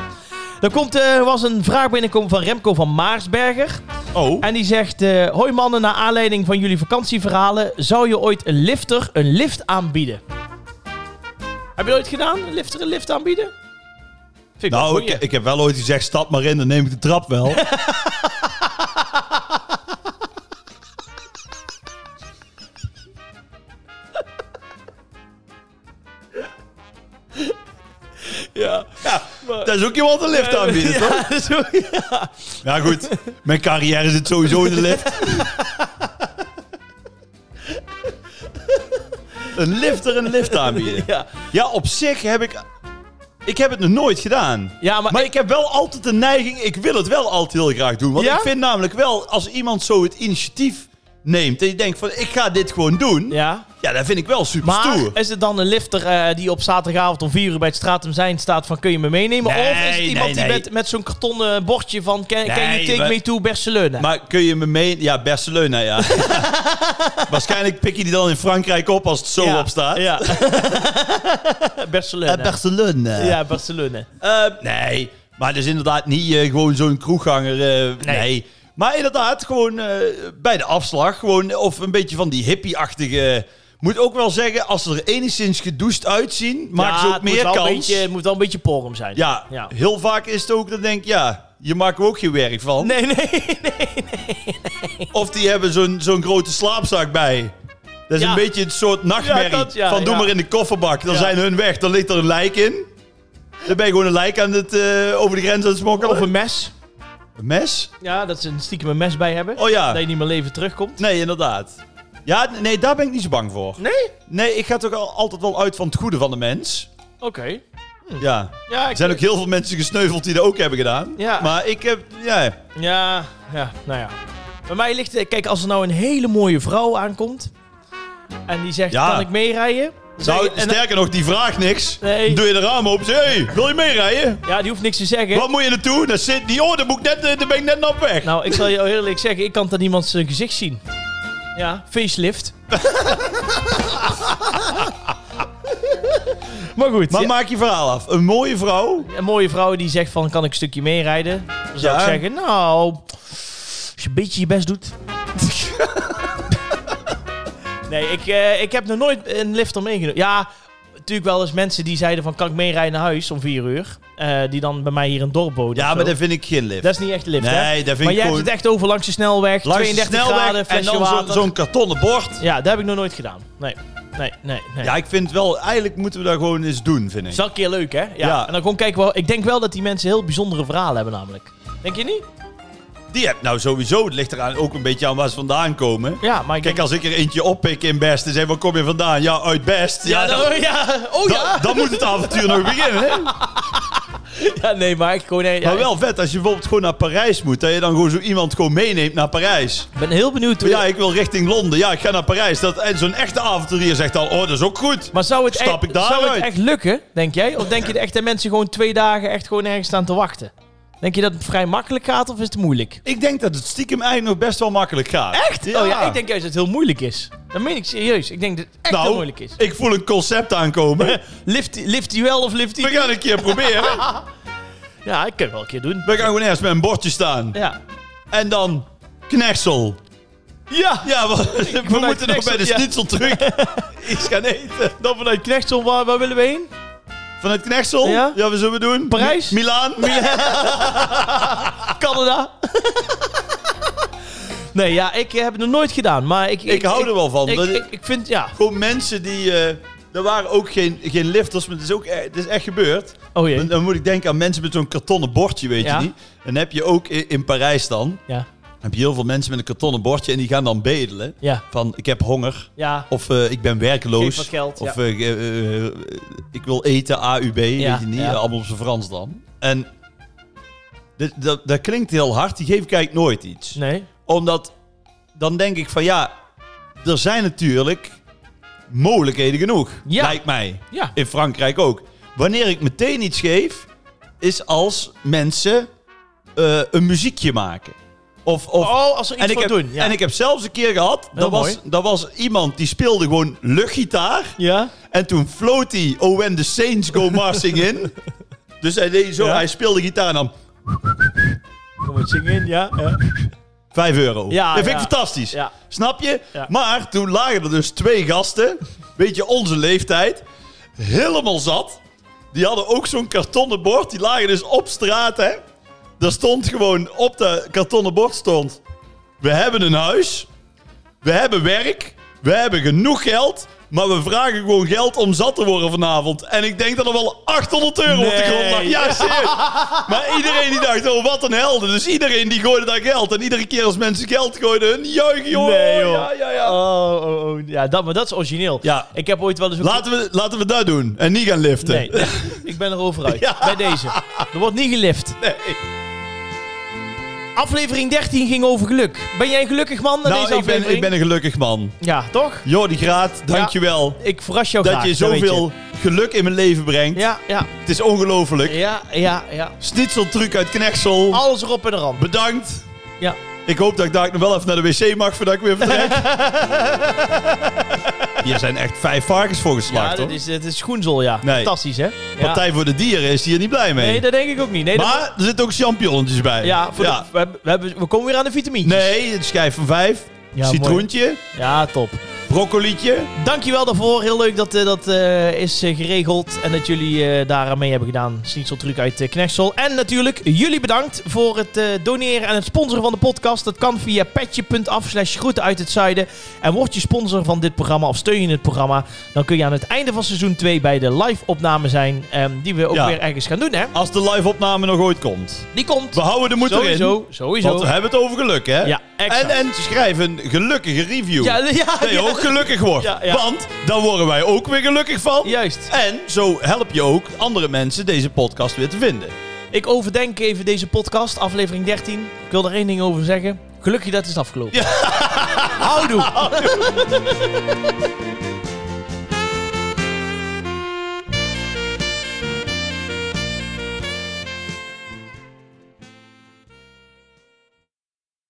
Speaker 1: Er komt, eh, was een vraag binnenkomen van Remco van Maarsberger.
Speaker 2: oh.
Speaker 1: En die zegt... eh, Hoi mannen, naar aanleiding van jullie vakantieverhalen... zou je ooit een lifter een lift aanbieden? Heb je dat ooit gedaan? Een lifter een lift aanbieden? Vind ik wel
Speaker 2: Nou,
Speaker 1: een goeie.
Speaker 2: ik, ik heb wel ooit gezegd, stap maar in, dan neem ik de trap
Speaker 1: <laughs>
Speaker 2: wel.
Speaker 1: Ja.
Speaker 2: ja, dat is ook iemand een lift aanbieden, toch?
Speaker 1: <laughs> Ja, sorry. Ja.
Speaker 2: Ja, goed. Mijn carrière zit sowieso in
Speaker 1: <laughs>
Speaker 2: de lift. een lifter een lift aanbieden.
Speaker 1: Ja.
Speaker 2: Ja, op zich heb ik... Ik heb het nog nooit gedaan.
Speaker 1: Ja, maar,
Speaker 2: Maar ik heb wel altijd de neiging, ik wil het wel altijd heel graag doen. Want
Speaker 1: Ja?
Speaker 2: ik vind namelijk wel, als iemand zo het initiatief neemt... en je denkt van, ik ga dit gewoon doen... Ja,
Speaker 1: ja.
Speaker 2: dat vind ik wel super
Speaker 1: Maar
Speaker 2: stoer.
Speaker 1: is het dan een lifter eh, die op zaterdagavond om 4 uur bij het stratum zijn staat van kun je me meenemen?
Speaker 2: Nee,
Speaker 1: of is het iemand
Speaker 2: nee,
Speaker 1: die
Speaker 2: nee.
Speaker 1: met, met zo'n kartonnen bordje van can, can you
Speaker 2: Nee,
Speaker 1: take
Speaker 2: maar-
Speaker 1: me to Barcelona?
Speaker 2: Maar kun je me mee... Ja, Barcelona,
Speaker 1: <laughs>
Speaker 2: ja. Waarschijnlijk pik je die dan in Frankrijk op als het zo
Speaker 1: Ja.
Speaker 2: op staat. <laughs> Eh,
Speaker 1: Ja. Barcelona.
Speaker 2: Barcelona.
Speaker 1: ja, Barcelona.
Speaker 2: Eh, nee, maar dus inderdaad niet eh, gewoon zo'n kroegganger. eh, nee. Maar inderdaad, gewoon eh, bij de afslag. Gewoon, of een beetje van die hippie-achtige... Moet ook wel zeggen, als ze er enigszins gedoucht uitzien, maken
Speaker 1: Ja,
Speaker 2: ze ook
Speaker 1: het
Speaker 2: meer
Speaker 1: moet wel
Speaker 2: kans.
Speaker 1: Een beetje, het moet wel een beetje porum zijn.
Speaker 2: ja,
Speaker 1: Ja.
Speaker 2: heel vaak is het ook dat ik denk ja, je maakt er ook geen werk van.
Speaker 1: Nee, nee. <laughs>
Speaker 2: Of die hebben zo'n zo'n grote slaapzak bij. Dat is
Speaker 1: Ja.
Speaker 2: een beetje een soort nachtmerrie.
Speaker 1: Ja, dat, ja,
Speaker 2: van doe
Speaker 1: ja.
Speaker 2: maar in de kofferbak, dan
Speaker 1: Ja.
Speaker 2: zijn hun weg. Dan ligt er een lijk in. Dan ben je gewoon een lijk aan het, eh, over de grens aan het smokkelen.
Speaker 1: Of een mes.
Speaker 2: Een mes?
Speaker 1: Ja, dat ze een stiekem een mes bij hebben.
Speaker 2: Oh ja.
Speaker 1: Dat je niet meer leven terugkomt.
Speaker 2: Nee, inderdaad. Ja, n- nee, daar ben ik niet zo bang voor.
Speaker 1: Nee?
Speaker 2: Nee, ik ga toch al, altijd wel uit van het goede van de mens.
Speaker 1: Oké.
Speaker 2: Ja.
Speaker 1: Ja, ik-
Speaker 2: Er zijn ook heel veel mensen gesneuveld die dat ook hebben gedaan.
Speaker 1: Ja.
Speaker 2: Maar ik heb, ja.
Speaker 1: Ja, ja, nou ja. Bij mij ligt... eh, Kijk, als er nou een hele mooie vrouw aankomt... en die zegt,
Speaker 2: Ja.
Speaker 1: kan ik meerijden? Dan zeg
Speaker 2: Nou,
Speaker 1: ik- en dan-
Speaker 2: sterker nog, die vraagt niks.
Speaker 1: Nee.
Speaker 2: Dan Doe je de ramen open, zeg, hey, wil je meerijden?
Speaker 1: Ja, die hoeft niks te zeggen.
Speaker 2: Wat moet je naartoe? Daar zit die, oh, daar, moet ik net, eh, daar ben ik net op weg.
Speaker 1: Nou, ik zal je heel eerlijk zeggen, ik kan dan iemand zijn gezicht zien. Ja,
Speaker 2: <laughs>
Speaker 1: facelift. maar goed.
Speaker 2: maar
Speaker 1: ja.
Speaker 2: maak je verhaal af. Een mooie vrouw.
Speaker 1: Een mooie vrouw die zegt van, kan ik een stukje meerijden? Dan zou
Speaker 2: Ja.
Speaker 1: ik zeggen, nou, als je een beetje je best
Speaker 2: <laughs>
Speaker 1: doet. nee, ik, eh, ik heb nog nooit een lifter meegenomen. Ja, natuurlijk wel eens mensen die zeiden van, kan ik meerijden naar huis om vier uur? Eh, die dan bij mij hier een dorp boden.
Speaker 2: Ja,
Speaker 1: of
Speaker 2: maar
Speaker 1: zo.
Speaker 2: dat vind ik geen lift.
Speaker 1: dat is niet echt lift,
Speaker 2: nee,
Speaker 1: hè?
Speaker 2: dat vind
Speaker 1: Maar
Speaker 2: ik
Speaker 1: jij
Speaker 2: gewoon...
Speaker 1: hebt het echt over langs de snelweg,
Speaker 2: langs de
Speaker 1: 32
Speaker 2: snelweg
Speaker 1: graden,
Speaker 2: en
Speaker 1: flesje
Speaker 2: dan zo-
Speaker 1: water.
Speaker 2: zo'n kartonnen bord.
Speaker 1: Ja, dat heb ik nog nooit gedaan. Nee, nee, nee. nee.
Speaker 2: Ja, ik vind wel, eigenlijk moeten we dat gewoon eens doen, vind ik.
Speaker 1: is wel een keer leuk, hè? Ja.
Speaker 2: Ja.
Speaker 1: En dan gewoon kijken, wel, ik denk wel dat die mensen heel bijzondere verhalen hebben namelijk. Denk je niet?
Speaker 2: Die heb nou sowieso, het ligt eraan ook een beetje aan waar ze vandaan komen.
Speaker 1: Ja, maar ik
Speaker 2: Kijk,
Speaker 1: denk...
Speaker 2: als ik er eentje oppik in Best en zeg, waar kom je vandaan? Ja, uit Best. Ja,
Speaker 1: Ja,
Speaker 2: dan,
Speaker 1: nou, ja. <laughs> Oh ja!
Speaker 2: dan- dan moet het avontuur nog beginnen. Hè?
Speaker 1: Ja, nee, maar ik gewoon... nee, ja,
Speaker 2: Maar wel vet, als je bijvoorbeeld gewoon naar Parijs moet, dat je dan gewoon zo iemand gewoon meeneemt naar Parijs.
Speaker 1: Ik ben heel benieuwd hoe...
Speaker 2: Ja, ik wil richting Londen. Ja, ik ga naar Parijs. Dat, en zo'n echte avonturier zegt dan, oh, dat is ook goed.
Speaker 1: maar zou het,
Speaker 2: Stap
Speaker 1: echt,
Speaker 2: ik daar
Speaker 1: zou het
Speaker 2: uit?
Speaker 1: echt lukken, denk jij? Of denk je echt dat mensen gewoon twee dagen echt gewoon ergens staan te wachten? Denk je dat het vrij makkelijk gaat of is het moeilijk?
Speaker 2: Ik denk dat het stiekem eigenlijk nog best wel makkelijk gaat.
Speaker 1: Echt? Oh ja, ik denk juist dat het heel moeilijk is. Dat meen ik serieus. Ik denk dat het echt
Speaker 2: nou,
Speaker 1: heel moeilijk is.
Speaker 2: ik voel een concept aankomen.
Speaker 1: Lift, lift die wel of lift
Speaker 2: We
Speaker 1: die...
Speaker 2: gaan een keer proberen.
Speaker 1: Ja, ik kan het wel een keer doen.
Speaker 2: We gaan gewoon eerst met een bordje staan.
Speaker 1: Ja.
Speaker 2: En dan Knersel.
Speaker 1: Ja!
Speaker 2: Ja, we, we
Speaker 1: vanuit
Speaker 2: moeten nog bij
Speaker 1: Knechtsel,
Speaker 2: de
Speaker 1: ja.
Speaker 2: schnitzel terug iets gaan eten.
Speaker 1: Dan vanuit Knechtsel, waar, waar willen we heen?
Speaker 2: Vanuit Knechtsel?
Speaker 1: Ja.
Speaker 2: Ja, wat zullen we doen?
Speaker 1: Parijs?
Speaker 2: Mi- Milaan?
Speaker 1: Canada? nee, ja, ik eh, heb het nog nooit gedaan, maar ik...
Speaker 2: Ik hou er wel van.
Speaker 1: Ik,
Speaker 2: Dat-
Speaker 1: ik, ik vind, ja...
Speaker 2: <laughs> Gewoon mensen die... eh, er waren ook geen, geen lifters, maar het is, ook, e- het is echt gebeurd.
Speaker 1: Oh jee.
Speaker 2: Dan, dan moet ik denken aan mensen met zo'n kartonnen bordje, weet
Speaker 1: Ja.
Speaker 2: je niet? En heb je ook i- in Parijs dan...
Speaker 1: Ja,
Speaker 2: heb je heel veel mensen met een kartonnen bordje en die gaan dan bedelen.
Speaker 1: ja,
Speaker 2: Van, ik heb honger.
Speaker 1: ja.
Speaker 2: Of eh, ik ben werkloos.
Speaker 1: Geef wat geld,
Speaker 2: Of
Speaker 1: ja.
Speaker 2: eh, eh, eh, eh, ik wil eten, AUB, weet je niet.
Speaker 1: ja.
Speaker 2: eh, Allemaal op zijn Frans dan. En dit- dat, dat klinkt heel hard. Die geef ik eigenlijk nooit iets.
Speaker 1: Nee.
Speaker 2: Omdat dan denk ik van ja, er zijn natuurlijk mogelijkheden genoeg.
Speaker 1: Ja.
Speaker 2: Lijkt mij.
Speaker 1: Ja.
Speaker 2: In Frankrijk ook. Wanneer ik meteen iets geef, is als mensen eh, een muziekje maken. Of, of,
Speaker 1: Oh, als er iets
Speaker 2: en ik,
Speaker 1: voor
Speaker 2: heb,
Speaker 1: doen. Ja.
Speaker 2: en ik heb zelfs een keer gehad,
Speaker 1: Heel
Speaker 2: dat was,
Speaker 1: mooi.
Speaker 2: dat was iemand die speelde gewoon luchtgitaar.
Speaker 1: ja?
Speaker 2: En toen floot hij Oh When The Saints Go Marching
Speaker 1: <laughs>
Speaker 2: In. Dus hij deed zo,
Speaker 1: Ja.
Speaker 2: hij speelde gitaar en dan
Speaker 1: Kom het zingen in, ja. Eh, ja.
Speaker 2: 5 euro.
Speaker 1: Ja,
Speaker 2: dat vind
Speaker 1: ja.
Speaker 2: ik fantastisch.
Speaker 1: Ja.
Speaker 2: Snap je?
Speaker 1: Ja.
Speaker 2: Maar toen lagen er dus twee gasten, beetje onze leeftijd, helemaal zat. Die hadden ook zo'n kartonnen bord, die lagen dus op straat hè. Daar stond gewoon, op dat kartonnen bord stond, we hebben een huis, we hebben werk, we hebben genoeg geld, maar we vragen gewoon geld om zat te worden vanavond. En ik denk dat er wel 800 euro op de grond lag.
Speaker 1: Nee.
Speaker 2: Ja, serieus. Maar iedereen die dacht, oh, wat een helden. Dus iedereen die gooide daar geld. En iedere keer als mensen geld gooiden, hun juichen, joh.
Speaker 1: Nee, joh.
Speaker 2: Ja, ja, ja.
Speaker 1: Oh, oh, oh. Ja, dat, maar dat is origineel.
Speaker 2: Ja.
Speaker 1: Ik heb ooit wel eens... ook-
Speaker 2: Laten we, laten we dat doen. En niet gaan liften. <laughs>
Speaker 1: Nee, nee, ik ben erover uit. Bij deze. Er wordt niet gelift.
Speaker 2: Nee.
Speaker 1: Aflevering 13 ging over geluk. Ben jij een gelukkig man na deze
Speaker 2: Nou, ik
Speaker 1: aflevering?
Speaker 2: ben, ik ben een gelukkig man.
Speaker 1: Ja, toch?
Speaker 2: Jordi Graat, dankjewel.
Speaker 1: Ik verras jou
Speaker 2: Dat
Speaker 1: graag,
Speaker 2: je
Speaker 1: weet
Speaker 2: zoveel geluk in mijn leven brengt.
Speaker 1: Ja, ja,
Speaker 2: Het is ongelooflijk.
Speaker 1: ja, ja, ja.
Speaker 2: Snitseltruc uit Knechtsel.
Speaker 1: Alles erop en eraan.
Speaker 2: Bedankt.
Speaker 1: Ja.
Speaker 2: Ik hoop dat ik daar nog wel even naar de wc mag voordat ik weer
Speaker 1: <laughs>
Speaker 2: vertrek. Hier zijn echt vijf varkens voor
Speaker 1: Ja,
Speaker 2: geslacht,
Speaker 1: dat
Speaker 2: hoor.
Speaker 1: is, het is schoenzel, ja.
Speaker 2: Nee.
Speaker 1: Fantastisch, hè? Ja.
Speaker 2: Partij voor de Dieren is hier niet blij mee.
Speaker 1: Nee, dat denk ik ook niet. Nee, dat-
Speaker 2: maar er zitten ook champignonnetjes bij.
Speaker 1: ja, voor de- we, hebben- we, hebben- we komen weer aan de vitamines.
Speaker 2: Nee, een schijf van vijf.
Speaker 1: Ja,
Speaker 2: citroentje.
Speaker 1: Ja, top.
Speaker 2: Broccolietje.
Speaker 1: Dankjewel daarvoor. Heel leuk dat eh, dat eh, is eh, geregeld. En dat jullie eh daar aan mee hebben gedaan. Snitseltruc uit eh Knechtsel. En natuurlijk jullie bedankt voor het eh, doneren en het sponsoren van de podcast. Dat kan via petje.af slash groeten uit het zuiden. En word je sponsor van dit programma of steun je het programma. Dan kun je aan het einde van seizoen 2 bij de live opname zijn. ehm, die we ook
Speaker 2: Ja.
Speaker 1: weer ergens gaan doen hè.
Speaker 2: Als de live-opname nog ooit komt.
Speaker 1: Die komt.
Speaker 2: We houden de moed erin.
Speaker 1: Sowieso, sowieso.
Speaker 2: Want we hebben het over geluk, hè?
Speaker 1: Ja, exact.
Speaker 2: en, en schrijf een gelukkige review.
Speaker 1: ja, <laughs> ja,
Speaker 2: dat je
Speaker 1: ja.
Speaker 2: ook gelukkig wordt.
Speaker 1: Ja, ja.
Speaker 2: Want dan worden wij ook weer gelukkig van.
Speaker 1: Juist.
Speaker 2: En zo help je ook andere mensen deze podcast weer te vinden.
Speaker 1: Ik overdenk even deze podcast, aflevering 13. Ik wil er één ding over zeggen. Gelukkig dat het is afgelopen. Houdoe.